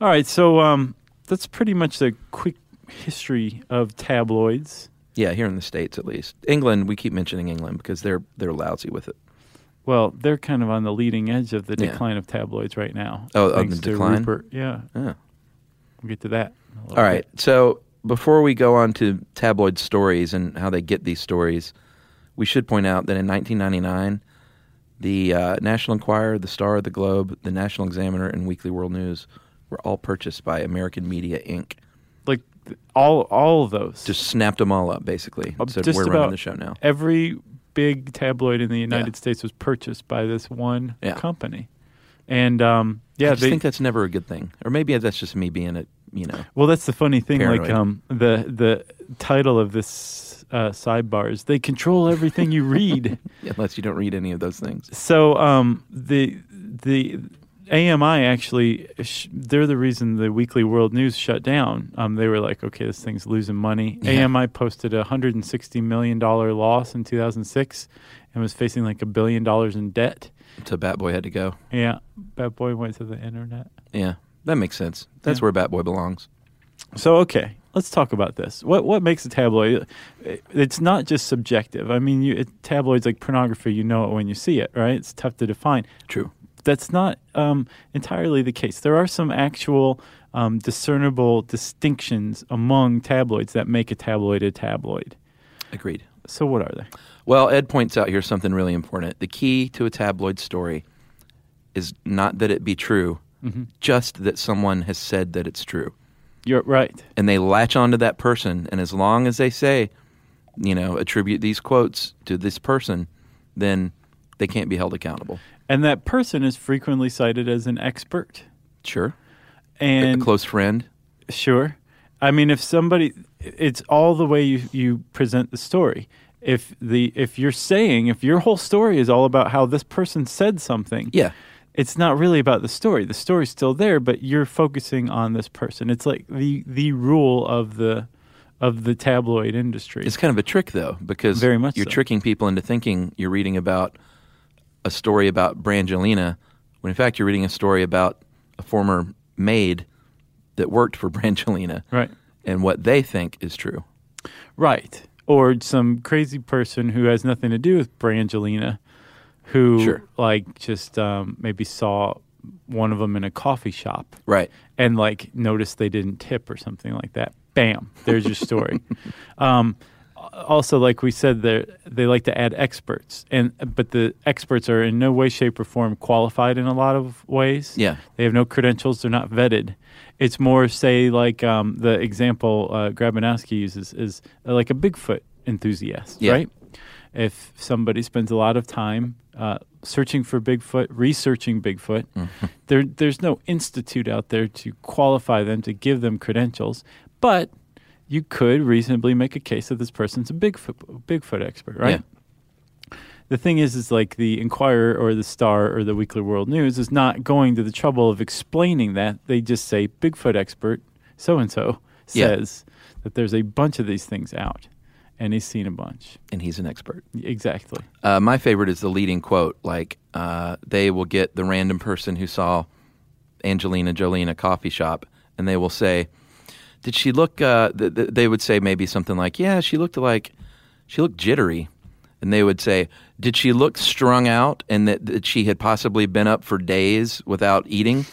[SPEAKER 11] All right, so um, that's pretty much the quick history of tabloids.
[SPEAKER 12] Yeah, here in the states at least. England, we keep mentioning England because they're they're lousy with it.
[SPEAKER 11] Well, they're kind of on the leading edge of the
[SPEAKER 12] Yeah.
[SPEAKER 11] decline of tabloids right now.
[SPEAKER 12] Oh, of
[SPEAKER 11] thanks
[SPEAKER 12] the
[SPEAKER 11] to
[SPEAKER 12] decline?
[SPEAKER 11] Rupert. Yeah,
[SPEAKER 12] Yeah.
[SPEAKER 11] we'll get to that. in a little
[SPEAKER 12] All
[SPEAKER 11] bit.
[SPEAKER 12] right. So before we go on to tabloid stories and how they get these stories, we should point out that in 1999, the uh, National Enquirer, the Star, the Globe, the National Examiner, and Weekly World News were all purchased by American Media Inc.
[SPEAKER 11] like th- all all of those.
[SPEAKER 12] Just snapped them all up, basically.
[SPEAKER 11] Uh,
[SPEAKER 12] so
[SPEAKER 11] just
[SPEAKER 12] we're
[SPEAKER 11] about
[SPEAKER 12] running the show now.
[SPEAKER 11] Every big tabloid in the United States was purchased by this one
[SPEAKER 12] Yeah.
[SPEAKER 11] company, and um, yeah,
[SPEAKER 12] I just
[SPEAKER 11] they,
[SPEAKER 12] think that's never a good thing, or maybe that's just me being a you know.
[SPEAKER 11] Well, that's the funny thing. Like
[SPEAKER 12] Paranoid.
[SPEAKER 11] um, the the title of this uh, sidebar is "They control everything you read."
[SPEAKER 12] Unless you don't read any of those things.
[SPEAKER 11] so um, the the AMI actually sh- they're the reason the Weekly World News shut down. Um, they were like, okay, this thing's losing money.
[SPEAKER 12] Yeah.
[SPEAKER 11] AMI posted a hundred and sixty million dollar loss in two thousand six, and was facing like a billion dollars in debt.
[SPEAKER 12] So Bat Boy had to go.
[SPEAKER 11] Yeah, bad boy went to the internet.
[SPEAKER 12] Yeah, that makes sense. That's
[SPEAKER 11] Yeah.
[SPEAKER 12] where Bat Boy belongs.
[SPEAKER 11] So okay, let's talk about this. What what makes a tabloid? It's not just subjective. I mean, you, it, tabloids like pornography, you know it when you see it, right? It's tough to define.
[SPEAKER 12] True.
[SPEAKER 11] That's not um, entirely the case. There are some actual um, discernible distinctions among tabloids that make a tabloid a tabloid.
[SPEAKER 12] Agreed.
[SPEAKER 11] So what are they?
[SPEAKER 12] Well, Ed points out here something really important. The key to a tabloid story is not that it be true, just that someone has said that it's true.
[SPEAKER 8] You're right.
[SPEAKER 9] And they latch onto that person. And as long as they say, you know, attribute these quotes to this person, then they can't be held accountable.
[SPEAKER 8] And that person is frequently cited as an expert.
[SPEAKER 9] Sure.
[SPEAKER 8] And
[SPEAKER 9] a close friend.
[SPEAKER 8] Sure. I mean, if somebody, it's all the way you, you present the story. If the if you're saying if your whole story is all about how this person said something,
[SPEAKER 9] Yeah.
[SPEAKER 8] it's not really about the story. The story's still there, but you're focusing on this person. It's like the the rule of the of the tabloid industry.
[SPEAKER 9] It's kind of a trick, though, because
[SPEAKER 8] Very much
[SPEAKER 9] you're
[SPEAKER 8] so.
[SPEAKER 9] tricking people into thinking you're reading about a story about Brangelina, when in fact you're reading a story about a former maid that worked for Brangelina,
[SPEAKER 8] Right.
[SPEAKER 9] And what they think is true.
[SPEAKER 8] Right. Or some crazy person who has nothing to do with Brangelina, who
[SPEAKER 9] Sure.
[SPEAKER 8] like just um, maybe saw one of them in a coffee shop,
[SPEAKER 9] Right.
[SPEAKER 8] and like noticed they didn't tip or something like that. Bam, there's your story. um, also, like we said, there they like to add experts, and but the experts are in no way, shape, or form qualified in a lot of ways.
[SPEAKER 9] Yeah.
[SPEAKER 8] They have no credentials. They're not vetted. It's more, say, like um, the example uh, Grabanowski uses is uh, like a Bigfoot enthusiast,
[SPEAKER 9] Yeah.
[SPEAKER 8] right? If somebody spends a lot of time uh, searching for Bigfoot, researching Bigfoot,
[SPEAKER 9] Mm-hmm.
[SPEAKER 8] there, there's no institute out there to qualify them, to give them credentials. But you could reasonably make a case that this person's a Bigfoot, Bigfoot expert, right?
[SPEAKER 9] Yeah.
[SPEAKER 8] the thing is is like the inquirer or the star or the weekly world news is not going to the trouble of explaining that they just say bigfoot expert so and so
[SPEAKER 9] Yeah.
[SPEAKER 8] says that there's a bunch of these things out and he's seen a bunch
[SPEAKER 9] And he's an expert.
[SPEAKER 8] exactly
[SPEAKER 9] Uh, my favorite is the leading quote. Like, uh, they will get the random person who saw Angelina Jolie in a coffee shop, and they will say, "Did she look?" Uh, th- th- they would say maybe something like, "Yeah, she looked like she looked jittery," and they would say, "Did she look strung out?" And that, that she had possibly been up for days without eating.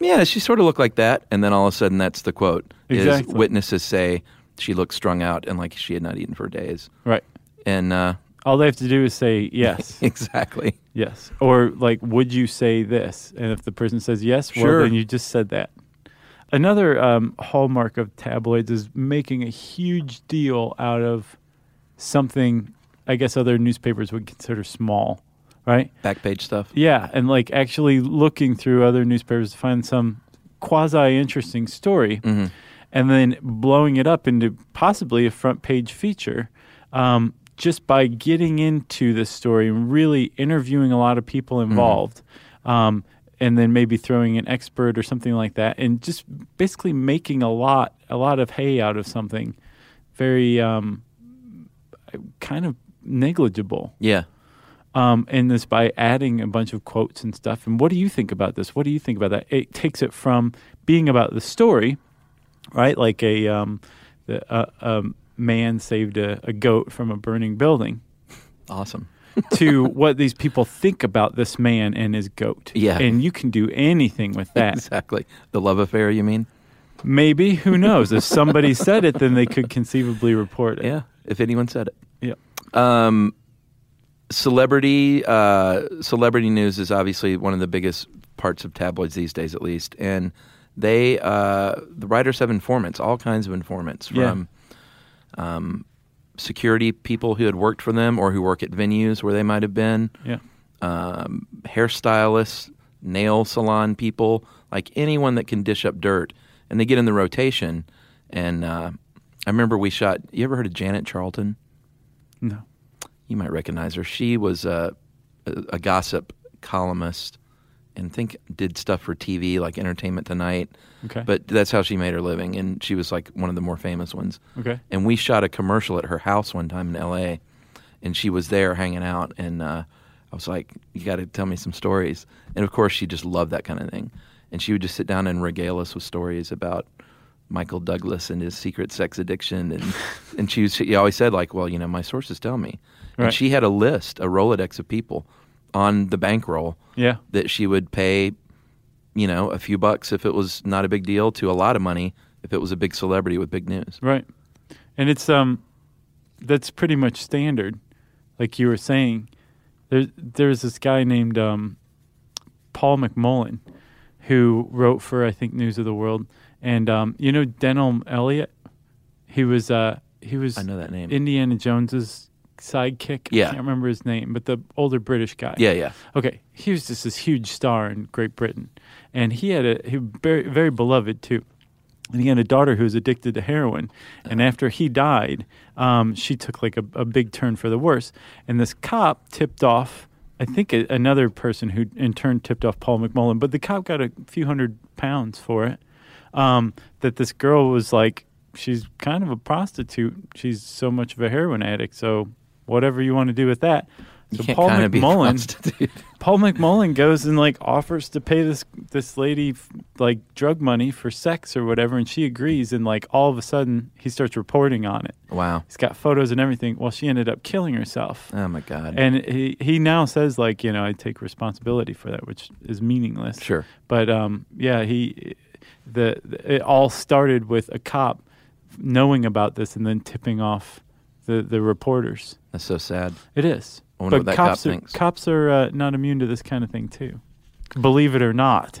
[SPEAKER 9] Yeah, she sort of looked like that, and then all of a sudden, that's the quote. is
[SPEAKER 8] Exactly.
[SPEAKER 9] witnesses say she looked strung out and like she had not eaten for days,
[SPEAKER 8] right
[SPEAKER 9] and uh,
[SPEAKER 8] all they have to do is say yes
[SPEAKER 9] exactly.
[SPEAKER 8] yes or like would you say this and if the person says yes
[SPEAKER 9] Sure.
[SPEAKER 8] well then you just said that another um, hallmark of tabloids is making a huge deal out of something I guess other newspapers would consider small, right?
[SPEAKER 9] back page stuff.
[SPEAKER 8] Yeah, and like actually looking through other newspapers to find some quasi interesting story and then blowing it up into possibly a front page feature um, just by getting into this story and really interviewing a lot of people involved. Um, and then maybe throwing an expert or something like that, and just basically making a lot, a lot of hay out of something, very um, kind of negligible.
[SPEAKER 9] Yeah.
[SPEAKER 8] um, in this by adding a bunch of quotes and stuff. And what do you think about this? What do you think about that? It takes it from being about the story, right? Like a um, the, uh, um, man saved a, a goat from a burning building
[SPEAKER 9] Awesome.
[SPEAKER 8] to what these people think about this man and his goat.
[SPEAKER 9] Yeah.
[SPEAKER 8] And you can do anything with that.
[SPEAKER 9] Exactly. The love affair, you mean?
[SPEAKER 8] Maybe, who knows? If somebody said it, then they could conceivably report it.
[SPEAKER 9] Yeah. If anyone said it.
[SPEAKER 8] Yeah.
[SPEAKER 9] Um, celebrity uh, celebrity news is obviously one of the biggest parts of tabloids these days, at least. And they uh, the writers have informants, all kinds of informants from
[SPEAKER 8] Yeah.
[SPEAKER 9] um, security people who had worked for them or who work at venues where they might have been.
[SPEAKER 8] Yeah.
[SPEAKER 9] um, hairstylists, nail salon people, like anyone that can dish up dirt, and they get in the rotation. And uh, I remember we shot. You ever heard of Janet Charlton?
[SPEAKER 8] No.
[SPEAKER 9] You might recognize her. She was a, a, a gossip columnist, and think did stuff for TV like Entertainment Tonight.
[SPEAKER 8] Okay.
[SPEAKER 9] But that's how she made her living, and she was like one of the more famous ones.
[SPEAKER 8] Okay.
[SPEAKER 9] And we shot a commercial at her house one time in L.A., and she was there hanging out, and uh, I was like, "You got to tell me some stories." And of course, she just loved that kind of thing, and she would just sit down and regale us with stories about Michael Douglas and his secret sex addiction, and and she, was, she always said like, "Well, you know, my sources tell me,"
[SPEAKER 8] Right.
[SPEAKER 9] and she had a list, a Rolodex of people on the bankroll
[SPEAKER 8] Yeah.
[SPEAKER 9] that she would pay, you know, a few bucks if it was not a big deal to a lot of money if it was a big celebrity with big news.
[SPEAKER 8] Right. And it's um that's pretty much standard. Like you were saying, there there's this guy named um Paul McMullen who wrote for I think News of the World
[SPEAKER 13] And um, you know Denholm Elliott, he was uh, he was
[SPEAKER 14] I know that name.
[SPEAKER 13] Indiana Jones's sidekick.
[SPEAKER 14] Yeah.
[SPEAKER 13] I can't remember his name, but the older British guy.
[SPEAKER 14] Yeah, yeah.
[SPEAKER 13] Okay, he was just this huge star in Great Britain, and he had a he was very very beloved too. And he had a daughter who was addicted to heroin, and after he died, um, she took like a, a big turn for the worse. And this cop tipped off, I think, a, another person who in turn tipped off Paul McMullen, but the cop got a few hundred pounds for it. Um, that this girl was like, she's kind of a prostitute. She's so much of a heroin addict. So whatever you want to do with that. So
[SPEAKER 14] can't
[SPEAKER 13] Paul
[SPEAKER 14] kinda be a
[SPEAKER 13] McMullen, Paul McMullen goes and like offers to pay this this lady f- like drug money for sex or whatever, and she agrees. And like all of a sudden, he starts reporting on it.
[SPEAKER 14] Wow.
[SPEAKER 13] He's got photos and everything. Well, she ended up killing herself.
[SPEAKER 14] Oh my god.
[SPEAKER 13] And he he now says like you know I take responsibility for that, which is meaningless.
[SPEAKER 14] Sure.
[SPEAKER 13] But um yeah he the, the it all started with a cop knowing about this and then tipping off the the reporters.
[SPEAKER 14] That's so sad.
[SPEAKER 13] It is.
[SPEAKER 14] I wonder
[SPEAKER 13] but
[SPEAKER 14] what that cop
[SPEAKER 13] cops are,
[SPEAKER 14] thinks.
[SPEAKER 13] cops are uh, not immune to this kind of thing too. Believe it or not.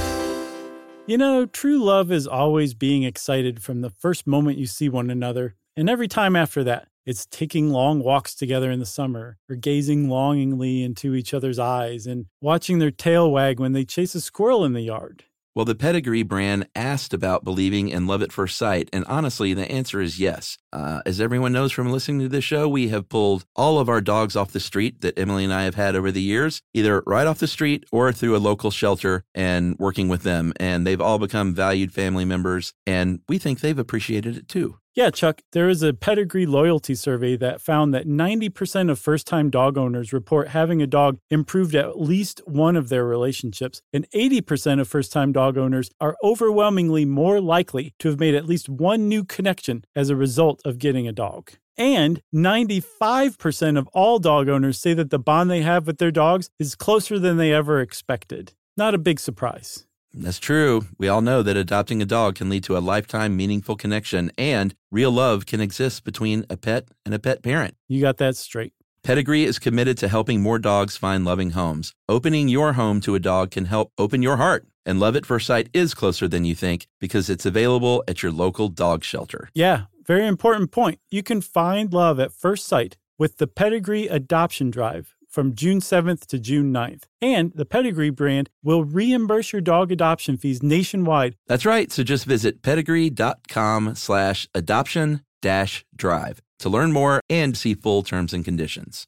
[SPEAKER 8] You know, true love is always being excited from the first moment you see one another, and every time after that. It's taking long walks together in the summer, or gazing longingly into each other's eyes, and watching their tail wag when they chase a squirrel in the yard.
[SPEAKER 9] Well, the Pedigree brand asked about believing in love at first sight, and honestly, the answer is yes. Uh, as everyone knows from listening to this show, we have pulled all of our dogs off the street that Emily and I have had over the years, either right off the street or through a local shelter and working with them. And they've all become valued family members, and we think they've appreciated it too.
[SPEAKER 8] Yeah, Chuck, there is a pedigree loyalty survey that found that 90% of first time dog owners report having a dog improved at least one of their relationships, and 80% of first time dog owners are overwhelmingly more likely to have made at least one new connection as a result of getting a dog. And 95% of all dog owners say that the bond they have with their dogs is closer than they ever expected. Not a big surprise.
[SPEAKER 9] That's true. We all know that adopting a dog can lead to a lifetime meaningful connection, and real love can exist between a pet and a pet parent.
[SPEAKER 8] You got that straight.
[SPEAKER 9] Pedigree is committed to helping more dogs find loving homes. Opening your home to a dog can help open your heart. And Love at First Sight is closer than you think because it's available at your local dog shelter.
[SPEAKER 8] Yeah, very important point. You can find love at first sight with the Pedigree Adoption Drive from June 7th to June 9th. And the Pedigree brand will reimburse your dog adoption fees nationwide.
[SPEAKER 9] That's right. So just visit pedigree.com slash adoption dash drive to learn more and see full terms and conditions.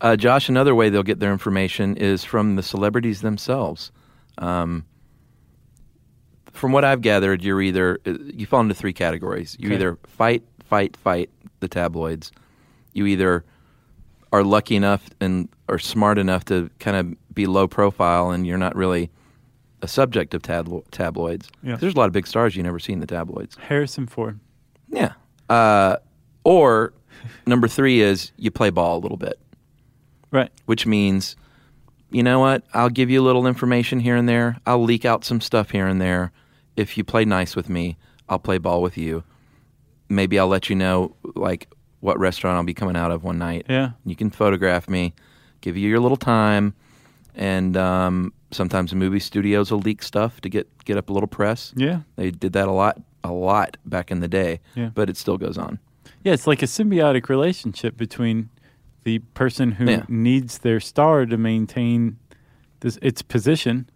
[SPEAKER 9] Uh, Josh, another way they'll get their information is from the celebrities themselves. Um, from what I've gathered, you're either uh, you fall into three categories. You
[SPEAKER 8] Okay.
[SPEAKER 9] either fight, fight, fight the tabloids. You either are lucky enough and are smart enough to kind of be low profile, and you're not really a subject of tablo- tabloids.
[SPEAKER 8] Yeah.
[SPEAKER 9] There's a lot of big stars you never see in the tabloids.
[SPEAKER 8] Harrison Ford.
[SPEAKER 9] Yeah. Uh, or number three is you play ball a little bit.
[SPEAKER 8] Right.
[SPEAKER 9] Which means, you know what? I'll give you a little information here and there. I'll leak out some stuff here and there. If you play nice with me, I'll play ball with you. Maybe I'll let you know like what restaurant I'll be coming out of one night.
[SPEAKER 8] Yeah.
[SPEAKER 9] You can photograph me, give you your little time, and um, sometimes movie studios will leak stuff to get get up a little press.
[SPEAKER 8] Yeah.
[SPEAKER 9] They did that a lot, a lot back in the day.
[SPEAKER 8] Yeah.
[SPEAKER 9] But it still goes on.
[SPEAKER 8] Yeah, it's like a symbiotic relationship between the person who
[SPEAKER 9] Yeah.
[SPEAKER 8] needs their star to maintain this its position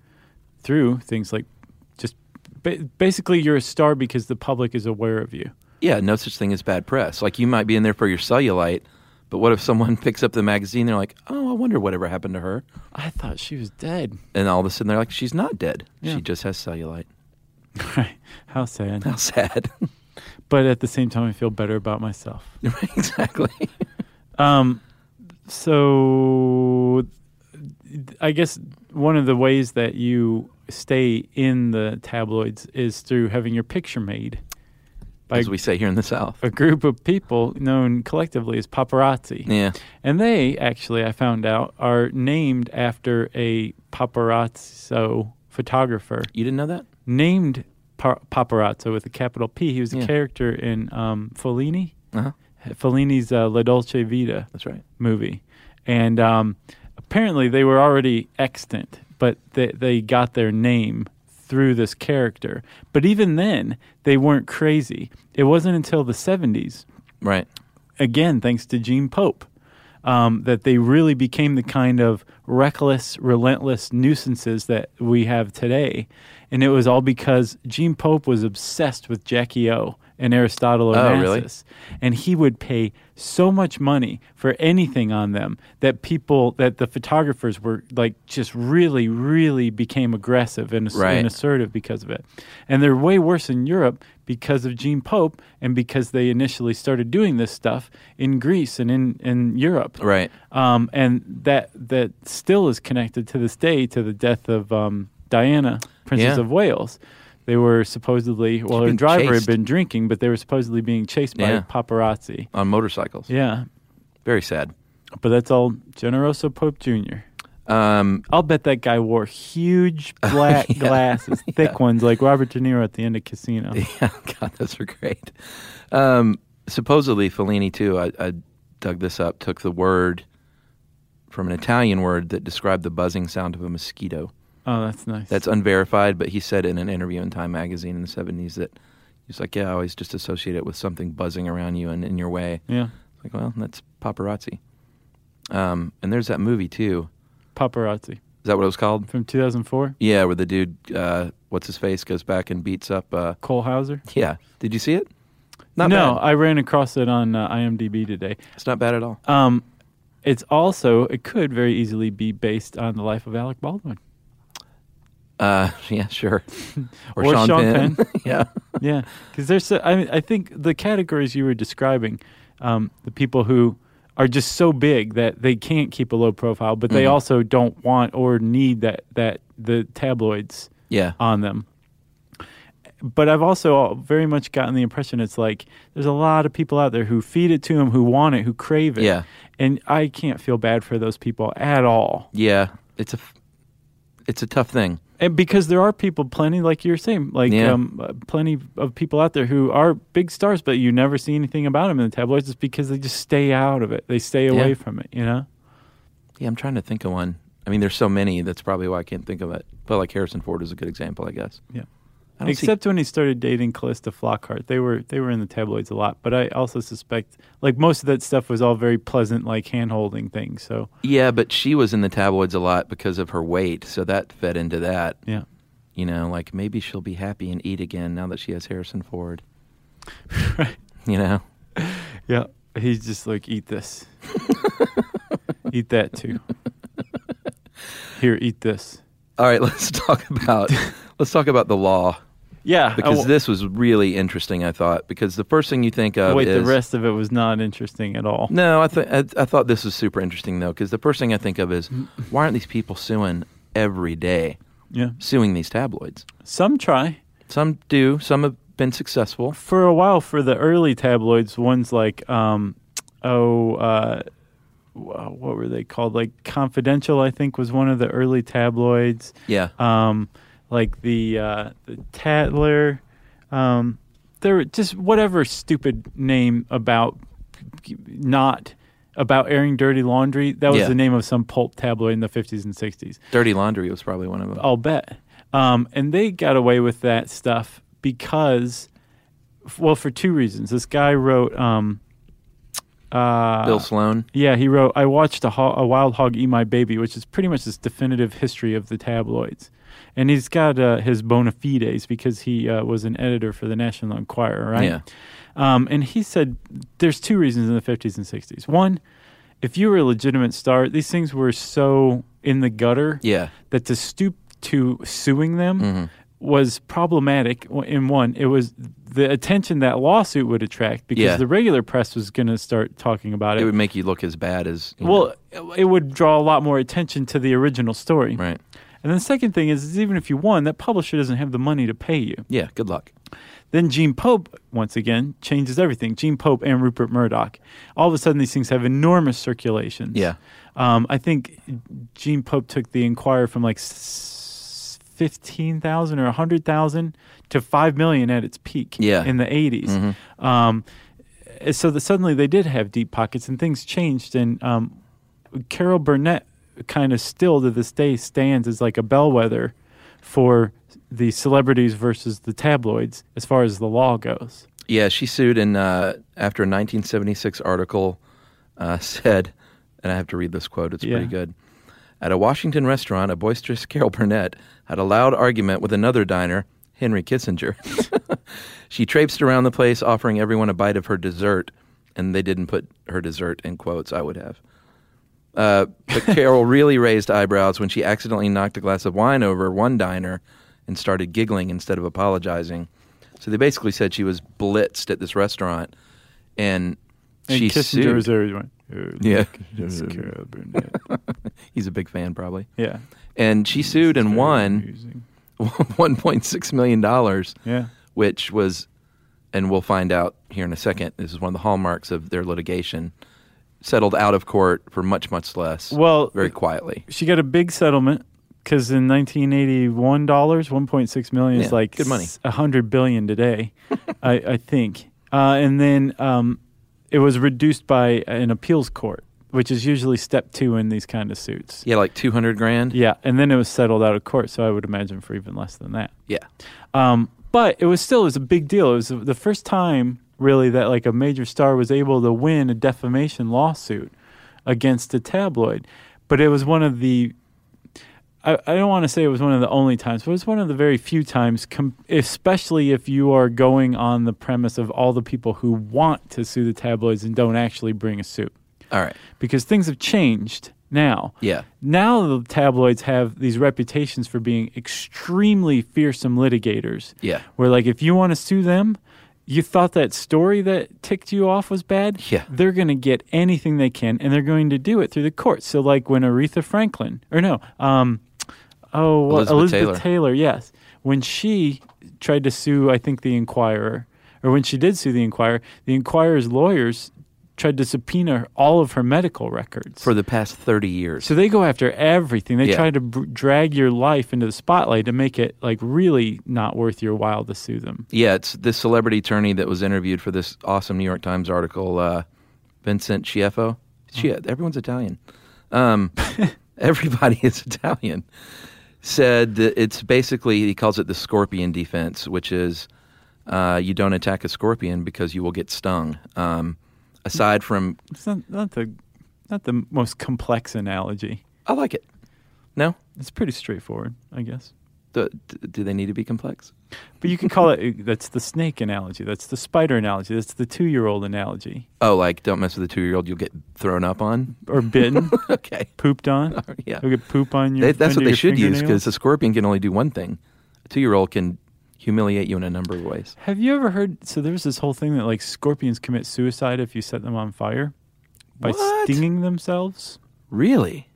[SPEAKER 8] through things like just ba- basically you're a star because the public is aware of you.
[SPEAKER 9] Yeah, no such thing as bad press. Like you might be in there for your cellulite, but what if someone picks up the magazine? They're like, "Oh, I wonder whatever happened to her,"
[SPEAKER 8] I thought she was dead.
[SPEAKER 9] and all of a sudden they're like, "She's not dead.
[SPEAKER 8] Yeah.
[SPEAKER 9] She just has cellulite."
[SPEAKER 8] Right. How sad.
[SPEAKER 9] How sad.
[SPEAKER 8] But at the same time I feel better about myself.
[SPEAKER 9] exactly.
[SPEAKER 8] Um, so I guess one of the ways that you stay in the tabloids is through having your picture made by
[SPEAKER 9] As we say here in the South.
[SPEAKER 8] a group of people known collectively as paparazzi.
[SPEAKER 9] Yeah.
[SPEAKER 8] And they actually, I found out, are named after a paparazzo photographer
[SPEAKER 9] You didn't know that?
[SPEAKER 8] named pa- Paparazzo with a capital P. He was a
[SPEAKER 9] Yeah.
[SPEAKER 8] character in um, Fellini,
[SPEAKER 9] Uh-huh.
[SPEAKER 8] Fellini's uh, La Dolce Vita
[SPEAKER 9] That's right.
[SPEAKER 8] movie, and um, apparently they were already extant, but they they got their name through this character. But even then, they weren't crazy. It wasn't until the '70s,
[SPEAKER 9] Right.
[SPEAKER 8] again thanks to Gene Pope, um, that they really became the kind of reckless, relentless nuisances that we have today. And it was all because Gene Pope was obsessed with Jackie O and Aristotle Onassis.
[SPEAKER 9] Oh, really?
[SPEAKER 8] And he would pay so much money for anything on them that people, that the photographers were like just really, really became aggressive and, ass-
[SPEAKER 9] Right.
[SPEAKER 8] and assertive because of it. And they're way worse in Europe because of Gene Pope and because they initially started doing this stuff in Greece and in, in Europe.
[SPEAKER 9] Right.
[SPEAKER 8] Um, and that that still is connected to this day to the death of um, Diana, Princess
[SPEAKER 9] Yeah.
[SPEAKER 8] of Wales. They were supposedly well, her
[SPEAKER 9] being
[SPEAKER 8] driver
[SPEAKER 9] chased.
[SPEAKER 8] had been drinking, but they were supposedly being chased by
[SPEAKER 9] Yeah.
[SPEAKER 8] paparazzi.
[SPEAKER 9] On motorcycles.
[SPEAKER 8] Yeah,
[SPEAKER 9] Very sad.
[SPEAKER 8] but that's all Generoso Pope Jr.
[SPEAKER 9] Um,
[SPEAKER 8] I'll bet that guy wore huge
[SPEAKER 9] Oh,
[SPEAKER 8] black glasses, thick ones like Robert De Niro at the end of Casino.
[SPEAKER 9] Yeah, God, those are great. Um, supposedly, Fellini too. I, I dug this up. Took the word from an Italian word that described the buzzing sound of a mosquito.
[SPEAKER 8] Oh, that's nice.
[SPEAKER 9] That's unverified, but he said in an interview in Time magazine in the seventies that he was like, "Yeah, I always just associate it with something buzzing around you and in your way."
[SPEAKER 8] yeah,
[SPEAKER 9] It's like, well, that's paparazzi. Um, and there's that movie too.
[SPEAKER 8] paparazzi
[SPEAKER 9] Is that what it was called?
[SPEAKER 8] from 2004.
[SPEAKER 9] Yeah, where the dude, uh, what's his face, goes back and beats up. Uh,
[SPEAKER 8] Cole Hauser.
[SPEAKER 9] yeah, did you see it? Not
[SPEAKER 8] no,
[SPEAKER 9] bad.
[SPEAKER 8] I ran across it on uh, IMDb today.
[SPEAKER 9] It's not bad at all.
[SPEAKER 8] Um, It's also it could very easily be based on the life of Alec Baldwin.
[SPEAKER 9] Uh, yeah, sure.
[SPEAKER 8] Or Sean Penn.
[SPEAKER 9] yeah.
[SPEAKER 8] yeah, because there's. so- I mean, I think the categories you were describing, um, the people who are just so big that they can't keep a low profile, but they
[SPEAKER 9] Mhm.
[SPEAKER 8] also don't want or need that that the tabloids
[SPEAKER 9] Yeah.
[SPEAKER 8] on them. But I've also very much gotten the impression it's like there's a lot of people out there who feed it to them, who want it, who crave it.
[SPEAKER 9] Yeah.
[SPEAKER 8] And I can't feel bad for those people at all.
[SPEAKER 9] Yeah. It's a f- it's a tough thing.
[SPEAKER 8] And because there are people plenty, like you're saying, like
[SPEAKER 9] Yeah.
[SPEAKER 8] um, uh, plenty of people out there who are big stars, but you never see anything about them in the tabloids. It's because they just stay out of it. They stay away
[SPEAKER 9] Yeah.
[SPEAKER 8] from it, you know?
[SPEAKER 9] Yeah, I'm trying to think of one. I mean, there's so many. That's probably why I can't think of it. But like Harrison Ford is a good example, I guess.
[SPEAKER 8] Yeah.
[SPEAKER 9] I don't see-
[SPEAKER 8] Except when he started dating Callista Flockhart, they were they were in the tabloids a lot. But I also suspect, like most of that stuff was all very pleasant, like hand holding things. So
[SPEAKER 9] Yeah, but she was in the tabloids a lot because of her weight, so that fed into that.
[SPEAKER 8] Yeah.
[SPEAKER 9] You know, like maybe she'll be happy and eat again now that she has Harrison Ford. You know.
[SPEAKER 8] yeah, he's just like eat this, eat that too. Here, eat this.
[SPEAKER 9] All right, let's talk about let's talk about the law.
[SPEAKER 8] Yeah, I
[SPEAKER 9] because
[SPEAKER 8] wa-
[SPEAKER 9] this was really interesting. I thought because the first thing you think of
[SPEAKER 8] Wait,
[SPEAKER 9] is
[SPEAKER 8] the rest of it was not interesting at all.
[SPEAKER 9] No, I, th- I I thought this was super interesting though, because the first thing I think of is
[SPEAKER 8] Mm.
[SPEAKER 9] why aren't these people suing every day?
[SPEAKER 8] Yeah.
[SPEAKER 9] suing these tabloids.
[SPEAKER 8] Some try.
[SPEAKER 9] Some do. Some have been successful.
[SPEAKER 8] for a while for the early tabloids ones like um oh uh wha- what were they called like confidential i think was one of the early tabloids
[SPEAKER 9] Yeah.
[SPEAKER 8] um like the uh the tatler um there were just whatever stupid name about not about airing dirty laundry that was
[SPEAKER 9] Yeah.
[SPEAKER 8] the name of some pulp tabloid in the 50s and 60s
[SPEAKER 9] Dirty Laundry was probably one of them.
[SPEAKER 8] I'll bet. Um, and they got away with that stuff because, f- well, for two reasons. This guy wrote. Um, uh,
[SPEAKER 9] Bill Sloan.
[SPEAKER 8] Yeah, he wrote, I watched a, ho- a Wild Hog Eat My Baby, which is pretty much this definitive history of the tabloids. And he's got uh, his bona fides because he uh, was an editor for the National Enquirer, right?
[SPEAKER 9] Yeah.
[SPEAKER 8] Um, and he said there's two reasons in the 50s and 60s. One, if you were a legitimate star, these things were so in the gutter
[SPEAKER 9] Yeah.
[SPEAKER 8] that to stoop to suing them
[SPEAKER 9] Mm-hmm.
[SPEAKER 8] was problematic. In one, it was the attention that lawsuit would attract because
[SPEAKER 9] Yeah.
[SPEAKER 8] the regular press was going to start talking about it.
[SPEAKER 9] It would make you look as bad as you know.
[SPEAKER 8] well, it would draw a lot more attention to the original story.
[SPEAKER 9] Right.
[SPEAKER 8] And then the second thing is, is even if you won, that publisher doesn't have the money to pay you.
[SPEAKER 9] Yeah. Good luck.
[SPEAKER 8] Then Gene Pope, once again, changes everything. Gene Pope and Rupert Murdoch. All of a sudden, these things have enormous circulations.
[SPEAKER 9] Yeah.
[SPEAKER 8] Um, I think Gene Pope took the Inquirer from like s- 15,000 or 100,000 to 5 million at its peak
[SPEAKER 9] Yeah. Mm-hmm.
[SPEAKER 8] in the 80s. Um, so that suddenly they did have deep pockets and things changed. And um, Carol Burnett kind of still to this day stands as like a bellwether for the celebrities versus the tabloids as far as the law goes.
[SPEAKER 9] Yeah, she sued in uh, after a 1976 article uh, said, and I have to read this quote. It's
[SPEAKER 8] Yeah.
[SPEAKER 9] pretty good. At a Washington restaurant, a boisterous Carol Burnett had a loud argument with another diner, Henry Kissinger. she traipsed around the place, offering everyone a bite of her dessert, and they didn't put her dessert in quotes. I would have. Uh, but Carol really raised eyebrows when she accidentally knocked a glass of wine over one diner and started giggling instead of apologizing. So they basically said she was blitzed at this restaurant, and,
[SPEAKER 8] And
[SPEAKER 9] she
[SPEAKER 8] Kissinger
[SPEAKER 9] sued.
[SPEAKER 8] is there. he went, "Oh,
[SPEAKER 9] Yeah.
[SPEAKER 8] it's Carol Burnett."
[SPEAKER 9] He's a big fan, probably.
[SPEAKER 8] yeah.
[SPEAKER 9] And she sued and
[SPEAKER 8] very
[SPEAKER 9] won
[SPEAKER 8] amusing.
[SPEAKER 9] one point six million dollars.
[SPEAKER 8] Yeah.
[SPEAKER 9] which was, and we'll find out here in a second. This is one of the hallmarks of their litigation. Settled out of court for much much less.
[SPEAKER 8] Well,
[SPEAKER 9] very quietly.
[SPEAKER 8] She got a big settlement because in 1981 dollars, 1.6 million
[SPEAKER 9] Yeah,
[SPEAKER 8] is like
[SPEAKER 9] good money.
[SPEAKER 8] s- 100 billion today, I, I think. Uh, and then um, it was reduced by an appeals court, which is usually step two in these kind of suits.
[SPEAKER 9] Yeah, like two hundred grand.
[SPEAKER 8] Yeah, and then it was settled out of court, so I would imagine for even less than that.
[SPEAKER 9] Yeah.
[SPEAKER 8] Um, but it was still it was a big deal. It was the first time really that like a major star was able to win a defamation lawsuit against a tabloid. But it was one of the I, I don't want to say it was one of the only times, but it was one of the very few times, com- especially if you are going on the premise of all the people who want to sue the tabloids and don't actually bring a suit.
[SPEAKER 9] All right.
[SPEAKER 8] Because things have changed now.
[SPEAKER 9] Yeah.
[SPEAKER 8] Now the tabloids have these reputations for being extremely fearsome litigators.
[SPEAKER 9] Yeah.
[SPEAKER 8] Where like if you want to sue them, you thought that story that ticked you off was bad.
[SPEAKER 9] Yeah.
[SPEAKER 8] They're going to get anything they can, and they're going to do it through the courts. So like when Aretha Franklin, or no, um, oh what-
[SPEAKER 9] Elizabeth Taylor.
[SPEAKER 8] yes, when she tried to sue, I think the Inquirer, or when she did sue the Inquirer, the Inquirer's lawyers tried to subpoena all of her medical records.
[SPEAKER 9] For the past 30 years.
[SPEAKER 8] So they go after everything. They
[SPEAKER 9] Yeah.
[SPEAKER 8] try to br drag your life into the spotlight to make it like really not worth your while to sue them.
[SPEAKER 9] Yeah, it's this celebrity attorney that was interviewed for this awesome New York Times article, uh, Vincent Schiaffo. She, Everyone's Italian. Um, everybody is Italian. Said that it's basically, he calls it the scorpion defense, which is uh, you don't attack a scorpion because you will get stung. Um, aside from,
[SPEAKER 8] It's not, not the not the most complex analogy.
[SPEAKER 9] I like it. No?
[SPEAKER 8] It's pretty straightforward, I guess.
[SPEAKER 9] The, d- do they need to be complex?
[SPEAKER 8] But you can call it uh, that's the snake analogy, that's the spider analogy, that's the two year old analogy.
[SPEAKER 9] Oh, like don't mess with a two year old, you'll get thrown up on?
[SPEAKER 8] Or bitten.
[SPEAKER 9] okay.
[SPEAKER 8] Pooped on.
[SPEAKER 9] Oh, yeah.
[SPEAKER 8] You get poop on your
[SPEAKER 9] They- that's what
[SPEAKER 8] under
[SPEAKER 9] they
[SPEAKER 8] your
[SPEAKER 9] should use
[SPEAKER 8] fingernail.
[SPEAKER 9] because a scorpion can only do one thing. A two year old can humiliate you in a number of ways.
[SPEAKER 8] Have you ever heard? So there's this whole thing that like scorpions commit suicide if you set them on fire by
[SPEAKER 9] What?
[SPEAKER 8] stinging themselves.
[SPEAKER 9] Really?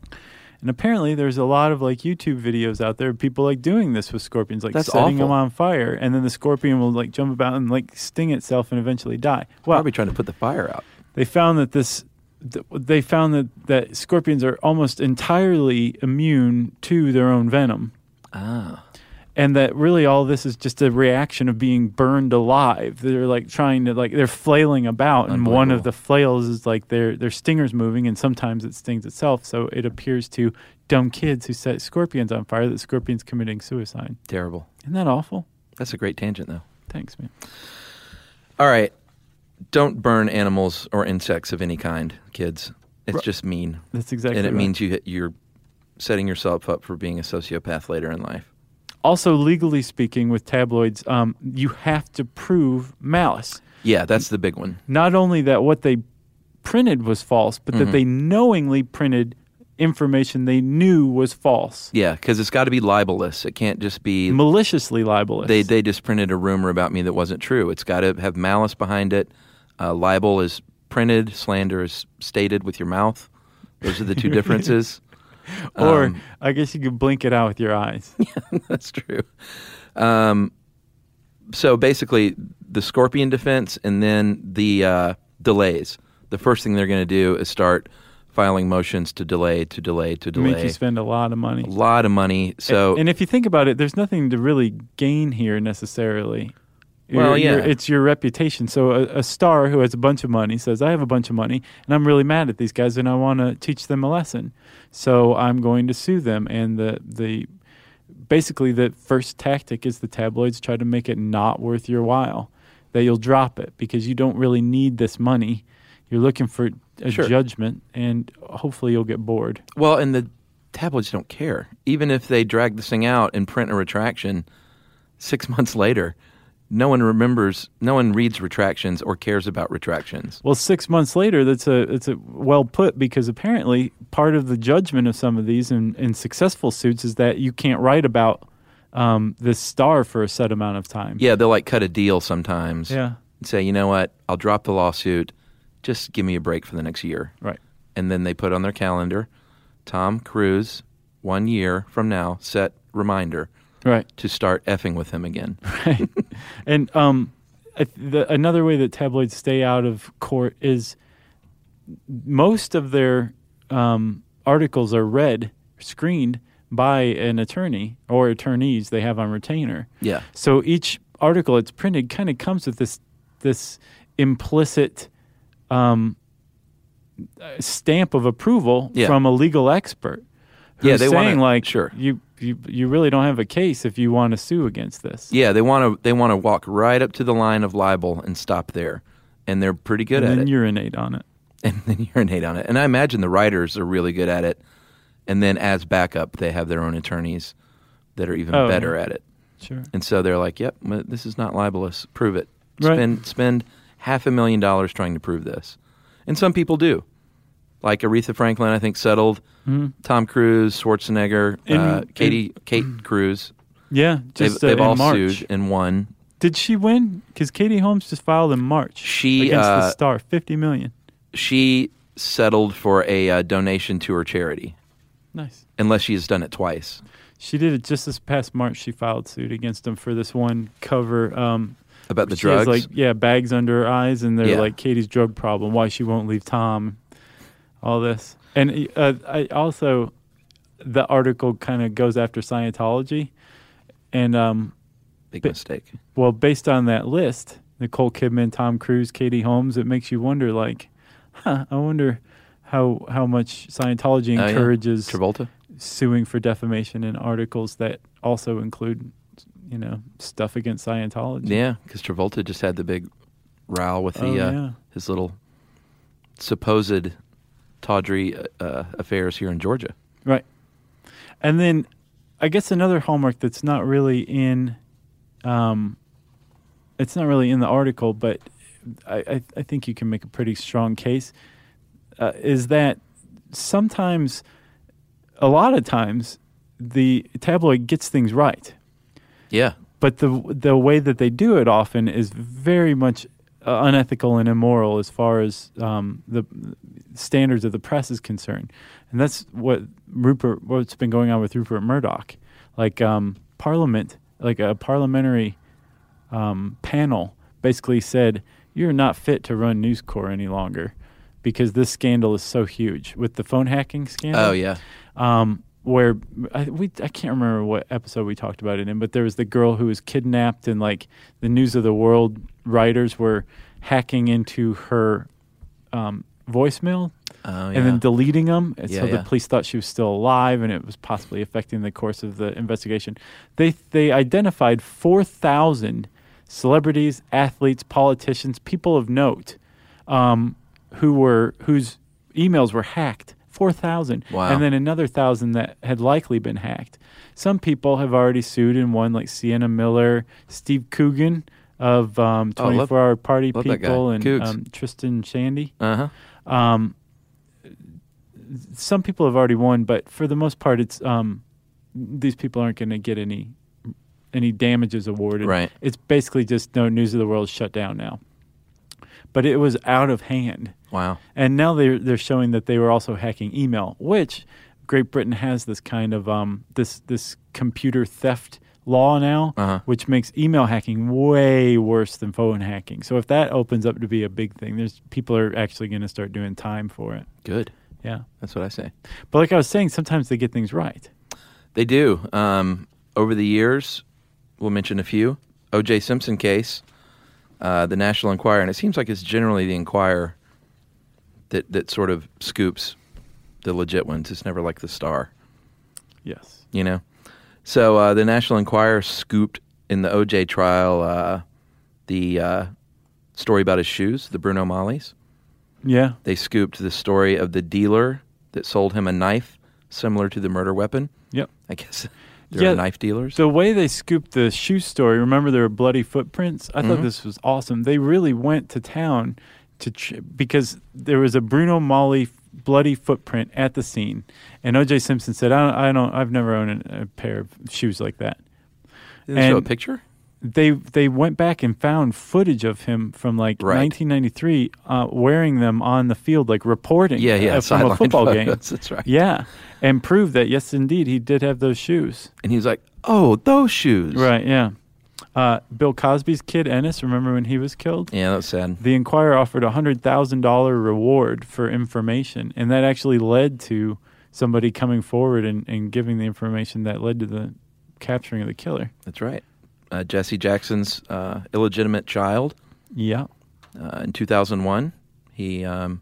[SPEAKER 8] And apparently, there's a lot of like YouTube videos out there of people like doing this with scorpions, like
[SPEAKER 9] That's
[SPEAKER 8] setting them
[SPEAKER 9] awful.
[SPEAKER 8] on fire, and then the scorpion will like jump about and like sting itself and eventually die. Well,
[SPEAKER 9] Probably trying to put the fire out.
[SPEAKER 8] they found that this th- they found that, that scorpions are almost entirely immune to their own venom
[SPEAKER 9] Ah.
[SPEAKER 8] and that really all this is just a reaction of being burned alive they're like trying to like they're flailing about and one of
[SPEAKER 9] Unbelievable.
[SPEAKER 8] the flails is like their their stingers moving and sometimes it stings itself so it appears to dumb kids who set scorpions on fire that scorpions committing suicide
[SPEAKER 9] Terrible.
[SPEAKER 8] isn't that awful
[SPEAKER 9] That's a great tangent, though.
[SPEAKER 8] thanks man
[SPEAKER 9] All right. Don't burn animals or insects of any kind, kids. It's
[SPEAKER 8] Right.
[SPEAKER 9] just mean.
[SPEAKER 8] That's exactly
[SPEAKER 9] And it
[SPEAKER 8] right.
[SPEAKER 9] means you, you're setting yourself up for being a sociopath later in life.
[SPEAKER 8] also legally speaking with tabloids um, you have to prove malice
[SPEAKER 9] Yeah, that's the big one.
[SPEAKER 8] not only that what they printed was false, but that
[SPEAKER 9] Mhm.
[SPEAKER 8] they knowingly printed information they knew was false,
[SPEAKER 9] Yeah, because it's got to be libelous. It can't just be
[SPEAKER 8] maliciously libelous.
[SPEAKER 9] They they just printed a rumor about me that wasn't true. It's got to have malice behind it. Uh, libel is printed, slander is stated with your mouth. Those are the two differences.
[SPEAKER 8] or
[SPEAKER 9] Um,
[SPEAKER 8] I guess you could blink it out with your eyes.
[SPEAKER 9] that's true. Um, so basically, the scorpion defense, and then the uh, delays. The first thing they're going to do is start filing motions to delay, to delay, to delay.
[SPEAKER 8] Make you spend a lot of money.
[SPEAKER 9] a lot of money. So
[SPEAKER 8] and, if you think about it, there's nothing to really gain here necessarily.
[SPEAKER 9] Well,
[SPEAKER 8] Your- your-
[SPEAKER 9] yeah.
[SPEAKER 8] it's your reputation. So a, a star who has a bunch of money says, "I have a bunch of money, and I'm really mad at these guys, and I want to teach them a lesson. So I'm going to sue them." And the the basically the first tactic is the tabloids try to make it not worth your while. That you'll drop it because you don't really need this money. You're looking for a
[SPEAKER 9] Sure.
[SPEAKER 8] judgment, and hopefully you'll get bored.
[SPEAKER 9] Well, and the tabloids don't care. Even if they drag this thing out and print a retraction six months later, no one remembers, no one reads retractions or cares about retractions.
[SPEAKER 8] Well, six months later, that's a that's a well put because apparently part of the judgment of some of these in, in successful suits is that you can't write about um, this star for a set amount of time.
[SPEAKER 9] Yeah, they'll like cut a deal sometimes.
[SPEAKER 8] Yeah.
[SPEAKER 9] And say, you know what? I'll drop the lawsuit. Just give me a break for the next year.
[SPEAKER 8] Right.
[SPEAKER 9] And then they put on their calendar Tom Cruise, one year from now, set reminder
[SPEAKER 8] Right.
[SPEAKER 9] to start effing with him again.
[SPEAKER 8] And um, I th- the, another way that tabloids stay out of court is most of their um, articles are read, screened by an attorney or attorneys they have on retainer.
[SPEAKER 9] Yeah.
[SPEAKER 8] So each article that's printed kind of comes with this this implicit um, uh, stamp of approval
[SPEAKER 9] Yeah.
[SPEAKER 8] from a legal expert. Who's
[SPEAKER 9] Yeah, they wanna-
[SPEAKER 8] saying like
[SPEAKER 9] sure.
[SPEAKER 8] you, you you really don't have a case if you want to sue against this.
[SPEAKER 9] Yeah, they want to they want to walk right up to the line of libel and stop there, and they're pretty good
[SPEAKER 8] and
[SPEAKER 9] at
[SPEAKER 8] then
[SPEAKER 9] it.
[SPEAKER 8] urinate on it.
[SPEAKER 9] And then urinate on it. And I imagine the writers are really good at it, and then as backup, they have their own attorneys that are even
[SPEAKER 8] Oh,
[SPEAKER 9] better
[SPEAKER 8] yeah.
[SPEAKER 9] at it.
[SPEAKER 8] Sure.
[SPEAKER 9] And so they're like, "Yep, m- this is not libelous. Prove it.
[SPEAKER 8] Right.
[SPEAKER 9] Spend spend half a million dollars trying to prove this." And some people do. Like Aretha Franklin, I think settled.
[SPEAKER 8] Mhm.
[SPEAKER 9] Tom Cruise, Schwarzenegger,
[SPEAKER 8] In-
[SPEAKER 9] uh, Katie, Kate Cruise.
[SPEAKER 8] Yeah, just,
[SPEAKER 9] they've,
[SPEAKER 8] uh,
[SPEAKER 9] they've
[SPEAKER 8] in
[SPEAKER 9] all
[SPEAKER 8] March.
[SPEAKER 9] sued and won.
[SPEAKER 8] Did she win? Because Katie Holmes just filed in March.
[SPEAKER 9] She,
[SPEAKER 8] against
[SPEAKER 9] uh,
[SPEAKER 8] the star, fifty million.
[SPEAKER 9] She settled for a uh, donation to her charity,
[SPEAKER 8] Nice.
[SPEAKER 9] unless she has done it twice.
[SPEAKER 8] She did it just this past March. She filed suit against them for this one cover um,
[SPEAKER 9] About the
[SPEAKER 8] she has,
[SPEAKER 9] drugs?
[SPEAKER 8] like yeah, bags under her eyes, and they're
[SPEAKER 9] Yeah.
[SPEAKER 8] like Katie's drug problem, why she won't leave Tom, all this, and uh, I also the article kind of goes after Scientology, and um,
[SPEAKER 9] big mistake.
[SPEAKER 8] Well, based on that list, Nicole Kidman, Tom Cruise, Katie Holmes, it makes you wonder, like, huh, I wonder how how much Scientology
[SPEAKER 9] Oh, yeah.
[SPEAKER 8] encourages
[SPEAKER 9] Travolta?
[SPEAKER 8] suing for defamation in articles that also include, you know, stuff against Scientology.
[SPEAKER 9] Yeah, because Travolta just had the big row with the
[SPEAKER 8] Oh,
[SPEAKER 9] uh,
[SPEAKER 8] yeah.
[SPEAKER 9] his little supposed tawdry uh, uh, affairs here in Georgia.
[SPEAKER 8] Right. And then I guess another hallmark that's not really in um it's not really in the article, but I, I, I think you can make a pretty strong case uh, is that sometimes, a lot of times, the tabloid gets things right
[SPEAKER 9] Yeah,
[SPEAKER 8] but the the way that they do it often is very much uh, unethical and immoral as far as um, the standards of the press is concerned, and that's what Rupert what's been going on with Rupert Murdoch, like um, Parliament, like a parliamentary um, panel basically said you're not fit to run News Corp any longer because this scandal is so huge with the phone hacking scandal.
[SPEAKER 9] Oh, yeah.
[SPEAKER 8] Um, where I, we I can't remember what episode we talked about it in, but there was the girl who was kidnapped, and like the News of the World writers were hacking into her um, voicemail
[SPEAKER 9] Oh,
[SPEAKER 8] and
[SPEAKER 9] yeah.
[SPEAKER 8] then deleting them. And
[SPEAKER 9] Yeah,
[SPEAKER 8] so
[SPEAKER 9] yeah.
[SPEAKER 8] the police thought she was still alive, and it was possibly affecting the course of the investigation. They they identified four thousand celebrities, athletes, politicians, people of note, um, who were whose emails were hacked. Four thousand,
[SPEAKER 9] Wow.
[SPEAKER 8] and then another thousand that had likely been hacked. Some people have already sued and won, like Sienna Miller, Steve Coogan of um,
[SPEAKER 9] Oh, I love-
[SPEAKER 8] 24 Hour Party
[SPEAKER 9] love that guy.
[SPEAKER 8] People, and
[SPEAKER 9] Cougs.
[SPEAKER 8] um, Tristan Shandy.
[SPEAKER 9] Uh
[SPEAKER 8] huh. Um, some people have already won, but for the most part, it's um, these people aren't going to get any any damages awarded.
[SPEAKER 9] Right.
[SPEAKER 8] It's basically just no news of the world is shut down now. But it was out of hand.
[SPEAKER 9] Wow.
[SPEAKER 8] And now they're they're showing that they were also hacking email, which Great Britain has this kind of um, this this computer theft law now,
[SPEAKER 9] Uh-huh.
[SPEAKER 8] which makes email hacking way worse than phone hacking. So if that opens up to be a big thing, there's people are actually going to start doing time for it.
[SPEAKER 9] Good.
[SPEAKER 8] Yeah.
[SPEAKER 9] That's what I say.
[SPEAKER 8] But like I was saying, sometimes they get things right.
[SPEAKER 9] They do. Um, over the years, we'll mention a few. O.J. Simpson case, uh, the National Enquirer, and it seems like it's generally the Enquirer that that sort of scoops the legit ones. It's never like the Star.
[SPEAKER 8] Yes.
[SPEAKER 9] you know. So uh, the National Enquirer scooped in the OJ trial uh, the uh, story about his shoes, the Bruno Mollies.
[SPEAKER 8] Yeah.
[SPEAKER 9] They scooped the story of the dealer that sold him a knife similar to the murder weapon.
[SPEAKER 8] Yep.
[SPEAKER 9] I guess they're knife dealers.
[SPEAKER 8] The way they scooped the shoe story, remember there were bloody footprints? I
[SPEAKER 9] Mhm.
[SPEAKER 8] thought this was awesome. They really went to town to ch- because there was a Bruno Molly f- bloody footprint at the scene, and O.J. Simpson said, "I don't, I don't I've never owned a, a pair of shoes like that."
[SPEAKER 9] Did they show a picture?
[SPEAKER 8] They they went back and found footage of him from like
[SPEAKER 9] Right.
[SPEAKER 8] 1993 uh, wearing them on the field, like reporting.
[SPEAKER 9] Yeah, yeah,
[SPEAKER 8] uh, from
[SPEAKER 9] sideline
[SPEAKER 8] a football game.
[SPEAKER 9] photos, that's right.
[SPEAKER 8] Yeah, and proved that yes, indeed, he did have those shoes.
[SPEAKER 9] And he's like, "Oh, those shoes."
[SPEAKER 8] Right. Yeah. Uh, Bill Cosby's kid Ennis. Remember when he was killed?
[SPEAKER 9] Yeah, that's sad.
[SPEAKER 8] The Inquirer offered a hundred thousand dollar reward for information, and that actually led to somebody coming forward and, and giving the information that led to the capturing of the killer.
[SPEAKER 9] That's right. Uh, Jesse Jackson's uh, illegitimate child.
[SPEAKER 8] Yeah.
[SPEAKER 9] Uh, in 2001, he um,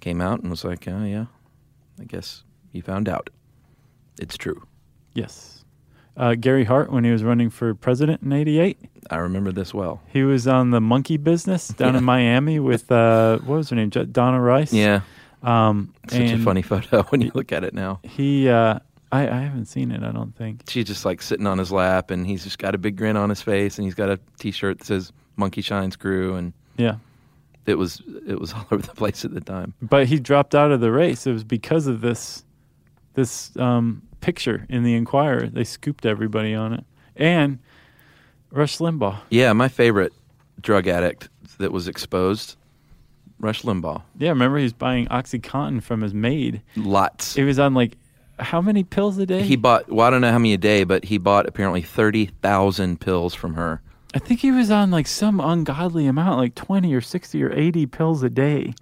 [SPEAKER 9] came out and was like, oh, yeah, I guess he found out. It's true.
[SPEAKER 8] Yes. Uh, Gary Hart, when he was running for president in '88,
[SPEAKER 9] I remember this well.
[SPEAKER 8] he was on the monkey business down in Miami with uh, what was her name, Jo- Donna Rice.
[SPEAKER 9] Yeah.
[SPEAKER 8] Um,
[SPEAKER 9] Such a
[SPEAKER 8] and
[SPEAKER 9] funny photo when you look at it now.
[SPEAKER 8] He, uh, I, I haven't seen it. I don't think.
[SPEAKER 9] She's just like sitting on his lap and he's just got a big grin on his face and he's got a t shirt that says Monkey Shines Crew. And
[SPEAKER 8] Yeah.
[SPEAKER 9] it was it was all over the place at the time.
[SPEAKER 8] But he dropped out of the race. It was because of this this um, picture in the Enquirer. They scooped everybody on it, and Rush Limbaugh.
[SPEAKER 9] Yeah, my favorite drug addict that was exposed, Rush Limbaugh.
[SPEAKER 8] Yeah, remember he was buying OxyContin from his maid.
[SPEAKER 9] Lots.
[SPEAKER 8] It was on like how many pills a day?
[SPEAKER 9] He bought. Well, I don't know how many a day, but he bought apparently thirty thousand pills from her.
[SPEAKER 8] I think he was on like some ungodly amount, like 20 or 60 or 80 pills a day.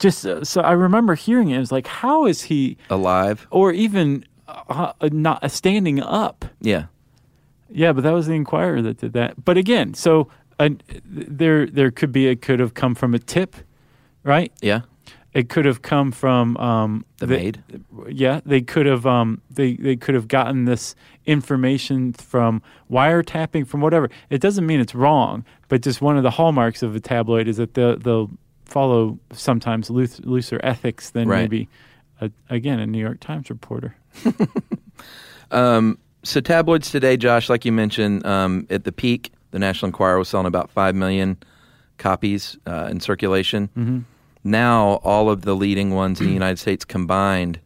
[SPEAKER 8] Just uh, so I remember hearing it. It was like, how is he
[SPEAKER 9] alive
[SPEAKER 8] or even uh, uh, not standing up?
[SPEAKER 9] Yeah.
[SPEAKER 8] Yeah, but that was the Inquirer that did that. But again, so uh, there there could be it could have come from a tip, right?
[SPEAKER 9] Yeah.
[SPEAKER 8] It could have come from um,
[SPEAKER 9] the, the maid.
[SPEAKER 8] Yeah, they could have um, they they could have gotten this information from wiretapping from whatever. It doesn't mean it's wrong, but just one of the hallmarks of a tabloid is that they'll, they'll follow sometimes loose, looser ethics than
[SPEAKER 9] Right.
[SPEAKER 8] maybe a, again a New York Times reporter.
[SPEAKER 9] Um, so tabloids today, Josh, like you mentioned, um, at the peak, the National Enquirer was selling about five million copies uh, in circulation.
[SPEAKER 8] Mhm.
[SPEAKER 9] Now, all of the leading ones in the United States combined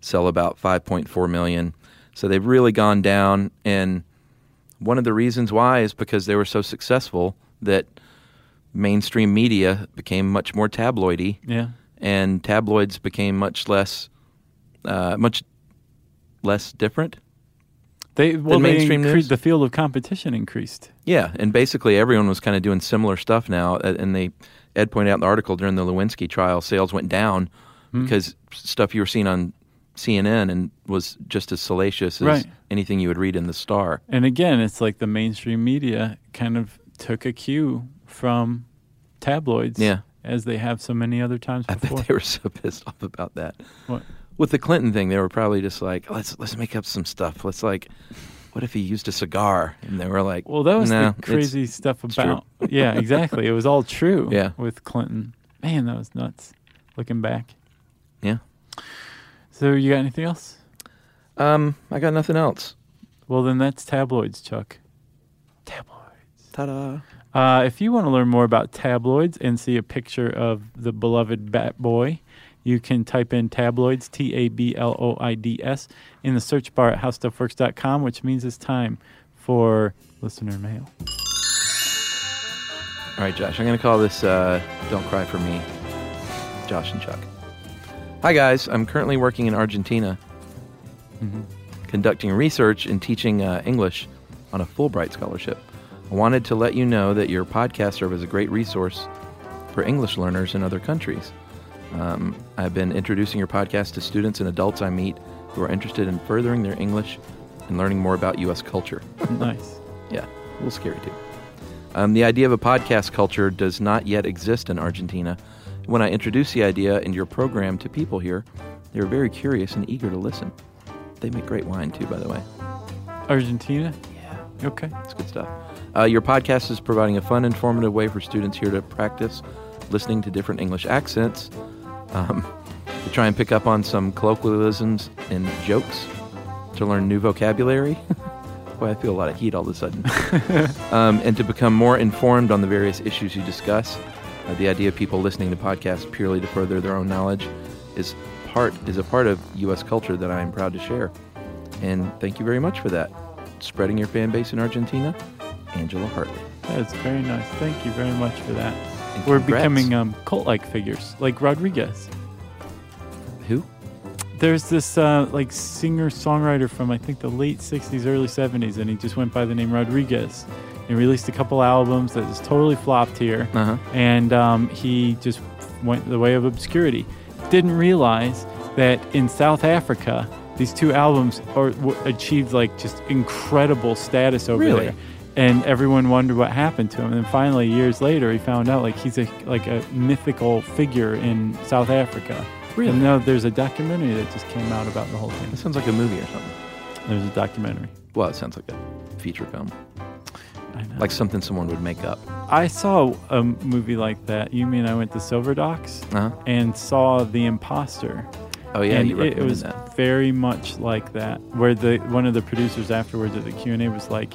[SPEAKER 9] sell about 5.4 million. So they've really gone down. And one of the reasons why is because they were so successful that mainstream media became much more tabloidy.
[SPEAKER 8] Yeah.
[SPEAKER 9] And tabloids became much less, uh, much less different.
[SPEAKER 8] They well, they
[SPEAKER 9] mainstream
[SPEAKER 8] incre-
[SPEAKER 9] news?
[SPEAKER 8] the field of competition increased.
[SPEAKER 9] Yeah, and basically everyone was kind of doing similar stuff now. a- And they, Ed pointed out in the article during the Lewinsky trial, sales went down
[SPEAKER 8] Hmm.
[SPEAKER 9] because stuff you were seeing on CNN and was just as salacious as
[SPEAKER 8] Right.
[SPEAKER 9] anything you would read in the Star.
[SPEAKER 8] And again, it's like the mainstream media kind of took a cue from tabloids.
[SPEAKER 9] Yeah.
[SPEAKER 8] As they have so many other times
[SPEAKER 9] I
[SPEAKER 8] before.
[SPEAKER 9] bet they were so pissed off about that.
[SPEAKER 8] What?
[SPEAKER 9] With the Clinton thing, they were probably just like, let's let's make up some stuff. Let's like, what if he used a cigar? And they were like,
[SPEAKER 8] Well, that was
[SPEAKER 9] "No,
[SPEAKER 8] the
[SPEAKER 9] it's-
[SPEAKER 8] crazy stuff
[SPEAKER 9] it's true."
[SPEAKER 8] about. yeah, exactly. It was all true.
[SPEAKER 9] Yeah.
[SPEAKER 8] With Clinton, man, that was nuts. Looking back.
[SPEAKER 9] Yeah.
[SPEAKER 8] So you got anything else?
[SPEAKER 9] Um, I got nothing else.
[SPEAKER 8] Well, then that's tabloids, Chuck.
[SPEAKER 9] Ta-da!
[SPEAKER 8] Uh, if you want to learn more about tabloids and see a picture of the beloved Bat Boy, you can type in tabloids, T A B L O I D S, in the search bar at howstuffworks.com, which means it's time for listener mail.
[SPEAKER 9] All right, Josh, I'm going to call this uh, Don't Cry For Me, Josh and Chuck. Hi, guys. I'm currently working in Argentina, conducting research and teaching uh, English on a Fulbright scholarship. I wanted to let you know that your podcast serve is a great resource for English learners in other countries. Um, I've been introducing your podcast to students and adults I meet who are interested in furthering their English and learning more about U.S. culture.
[SPEAKER 8] nice.
[SPEAKER 9] Yeah, a little scary too. Um, the idea of a podcast culture does not yet exist in Argentina. When I introduced the idea and your program to people here, they were very curious and eager to listen. They make great wine too, by the way.
[SPEAKER 8] Argentina? Yeah. Okay.
[SPEAKER 9] It's good stuff. Uh, your podcast is providing a fun, informative way for students here to practice listening to different English accents, um, to try and pick up on some colloquialisms and jokes, to learn new vocabulary. Boy, I feel a lot of heat all of a sudden. um, and to become more informed on the various issues you discuss. Uh, the idea of people listening to podcasts purely to further their own knowledge is part is a part of U.S. culture that I am proud to share. And thank you very much for that. Spreading your fan base in Argentina, Angela Hartley.
[SPEAKER 8] That's very nice. Thank you very much for that. We're
[SPEAKER 9] congrats.
[SPEAKER 8] becoming um, cult like figures, like Rodriguez.
[SPEAKER 9] Who?
[SPEAKER 8] There's this uh, like singer songwriter from I think the late 60s, early 70s, and he just went by the name Rodriguez. He released a couple albums that just totally flopped here,
[SPEAKER 9] Uh-huh.
[SPEAKER 8] and um, he just went the way of obscurity. Didn't realize that in South Africa, these two albums are, w- achieved like just incredible status over
[SPEAKER 9] Really?
[SPEAKER 8] there and everyone wondered what happened to him. And finally, years later, he found out like he's a like a mythical figure in South Africa.
[SPEAKER 9] Really?
[SPEAKER 8] And now there's a documentary that just came out about the whole thing.
[SPEAKER 9] That sounds like a movie or something.
[SPEAKER 8] There's a documentary.
[SPEAKER 9] Well, it sounds like a feature film.
[SPEAKER 8] I know.
[SPEAKER 9] Like something someone would make up.
[SPEAKER 8] I saw a movie like that. You mean I went to Silver Docks
[SPEAKER 9] Uh-huh.
[SPEAKER 8] and saw The Imposter.
[SPEAKER 9] Oh, yeah,
[SPEAKER 8] and
[SPEAKER 9] you
[SPEAKER 8] it
[SPEAKER 9] recommended
[SPEAKER 8] was
[SPEAKER 9] that.
[SPEAKER 8] very much like that. Where the one of the producers afterwards at the Q and A was like,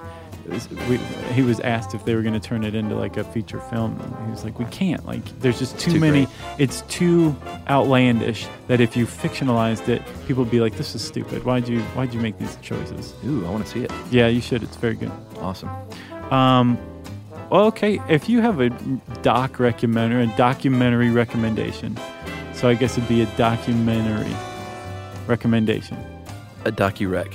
[SPEAKER 15] we, he was asked if they were going to turn it into like a feature film. And he was like, we can't. Like, there's just too,
[SPEAKER 16] Too
[SPEAKER 15] many.
[SPEAKER 16] great.
[SPEAKER 15] It's too outlandish that if you fictionalized it, people would be like, this is stupid. Why'd you Why'd you make these choices?
[SPEAKER 16] Ooh, I want to see it.
[SPEAKER 15] Yeah, you should. It's very good.
[SPEAKER 16] Awesome.
[SPEAKER 15] Um, well, okay. If you have a doc recommender, a documentary recommendation, so I guess it'd be a documentary recommendation.
[SPEAKER 16] A docu-rec.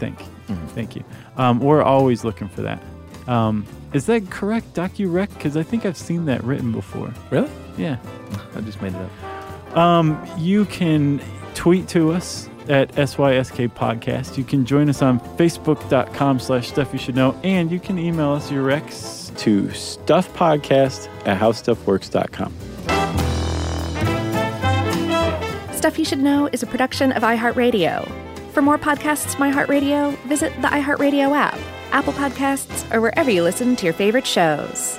[SPEAKER 15] Thank you. Thank you. Um, we're always looking for that. Um, is that correct, docu-rec? Because I think I've seen that written before.
[SPEAKER 16] Really?
[SPEAKER 15] Yeah.
[SPEAKER 16] I just made it up.
[SPEAKER 15] Um, you can tweet to us at SYSK Podcast. You can join us on Facebook.com slash Stuff You Should Know. And you can email us your recs to stuffpodcast at howstuffworks.com.
[SPEAKER 7] Stuff You Should Know is a production of iHeartRadio. For more podcasts from iHeartRadio, visit the iHeartRadio app, Apple Podcasts, or wherever you listen to your favorite shows.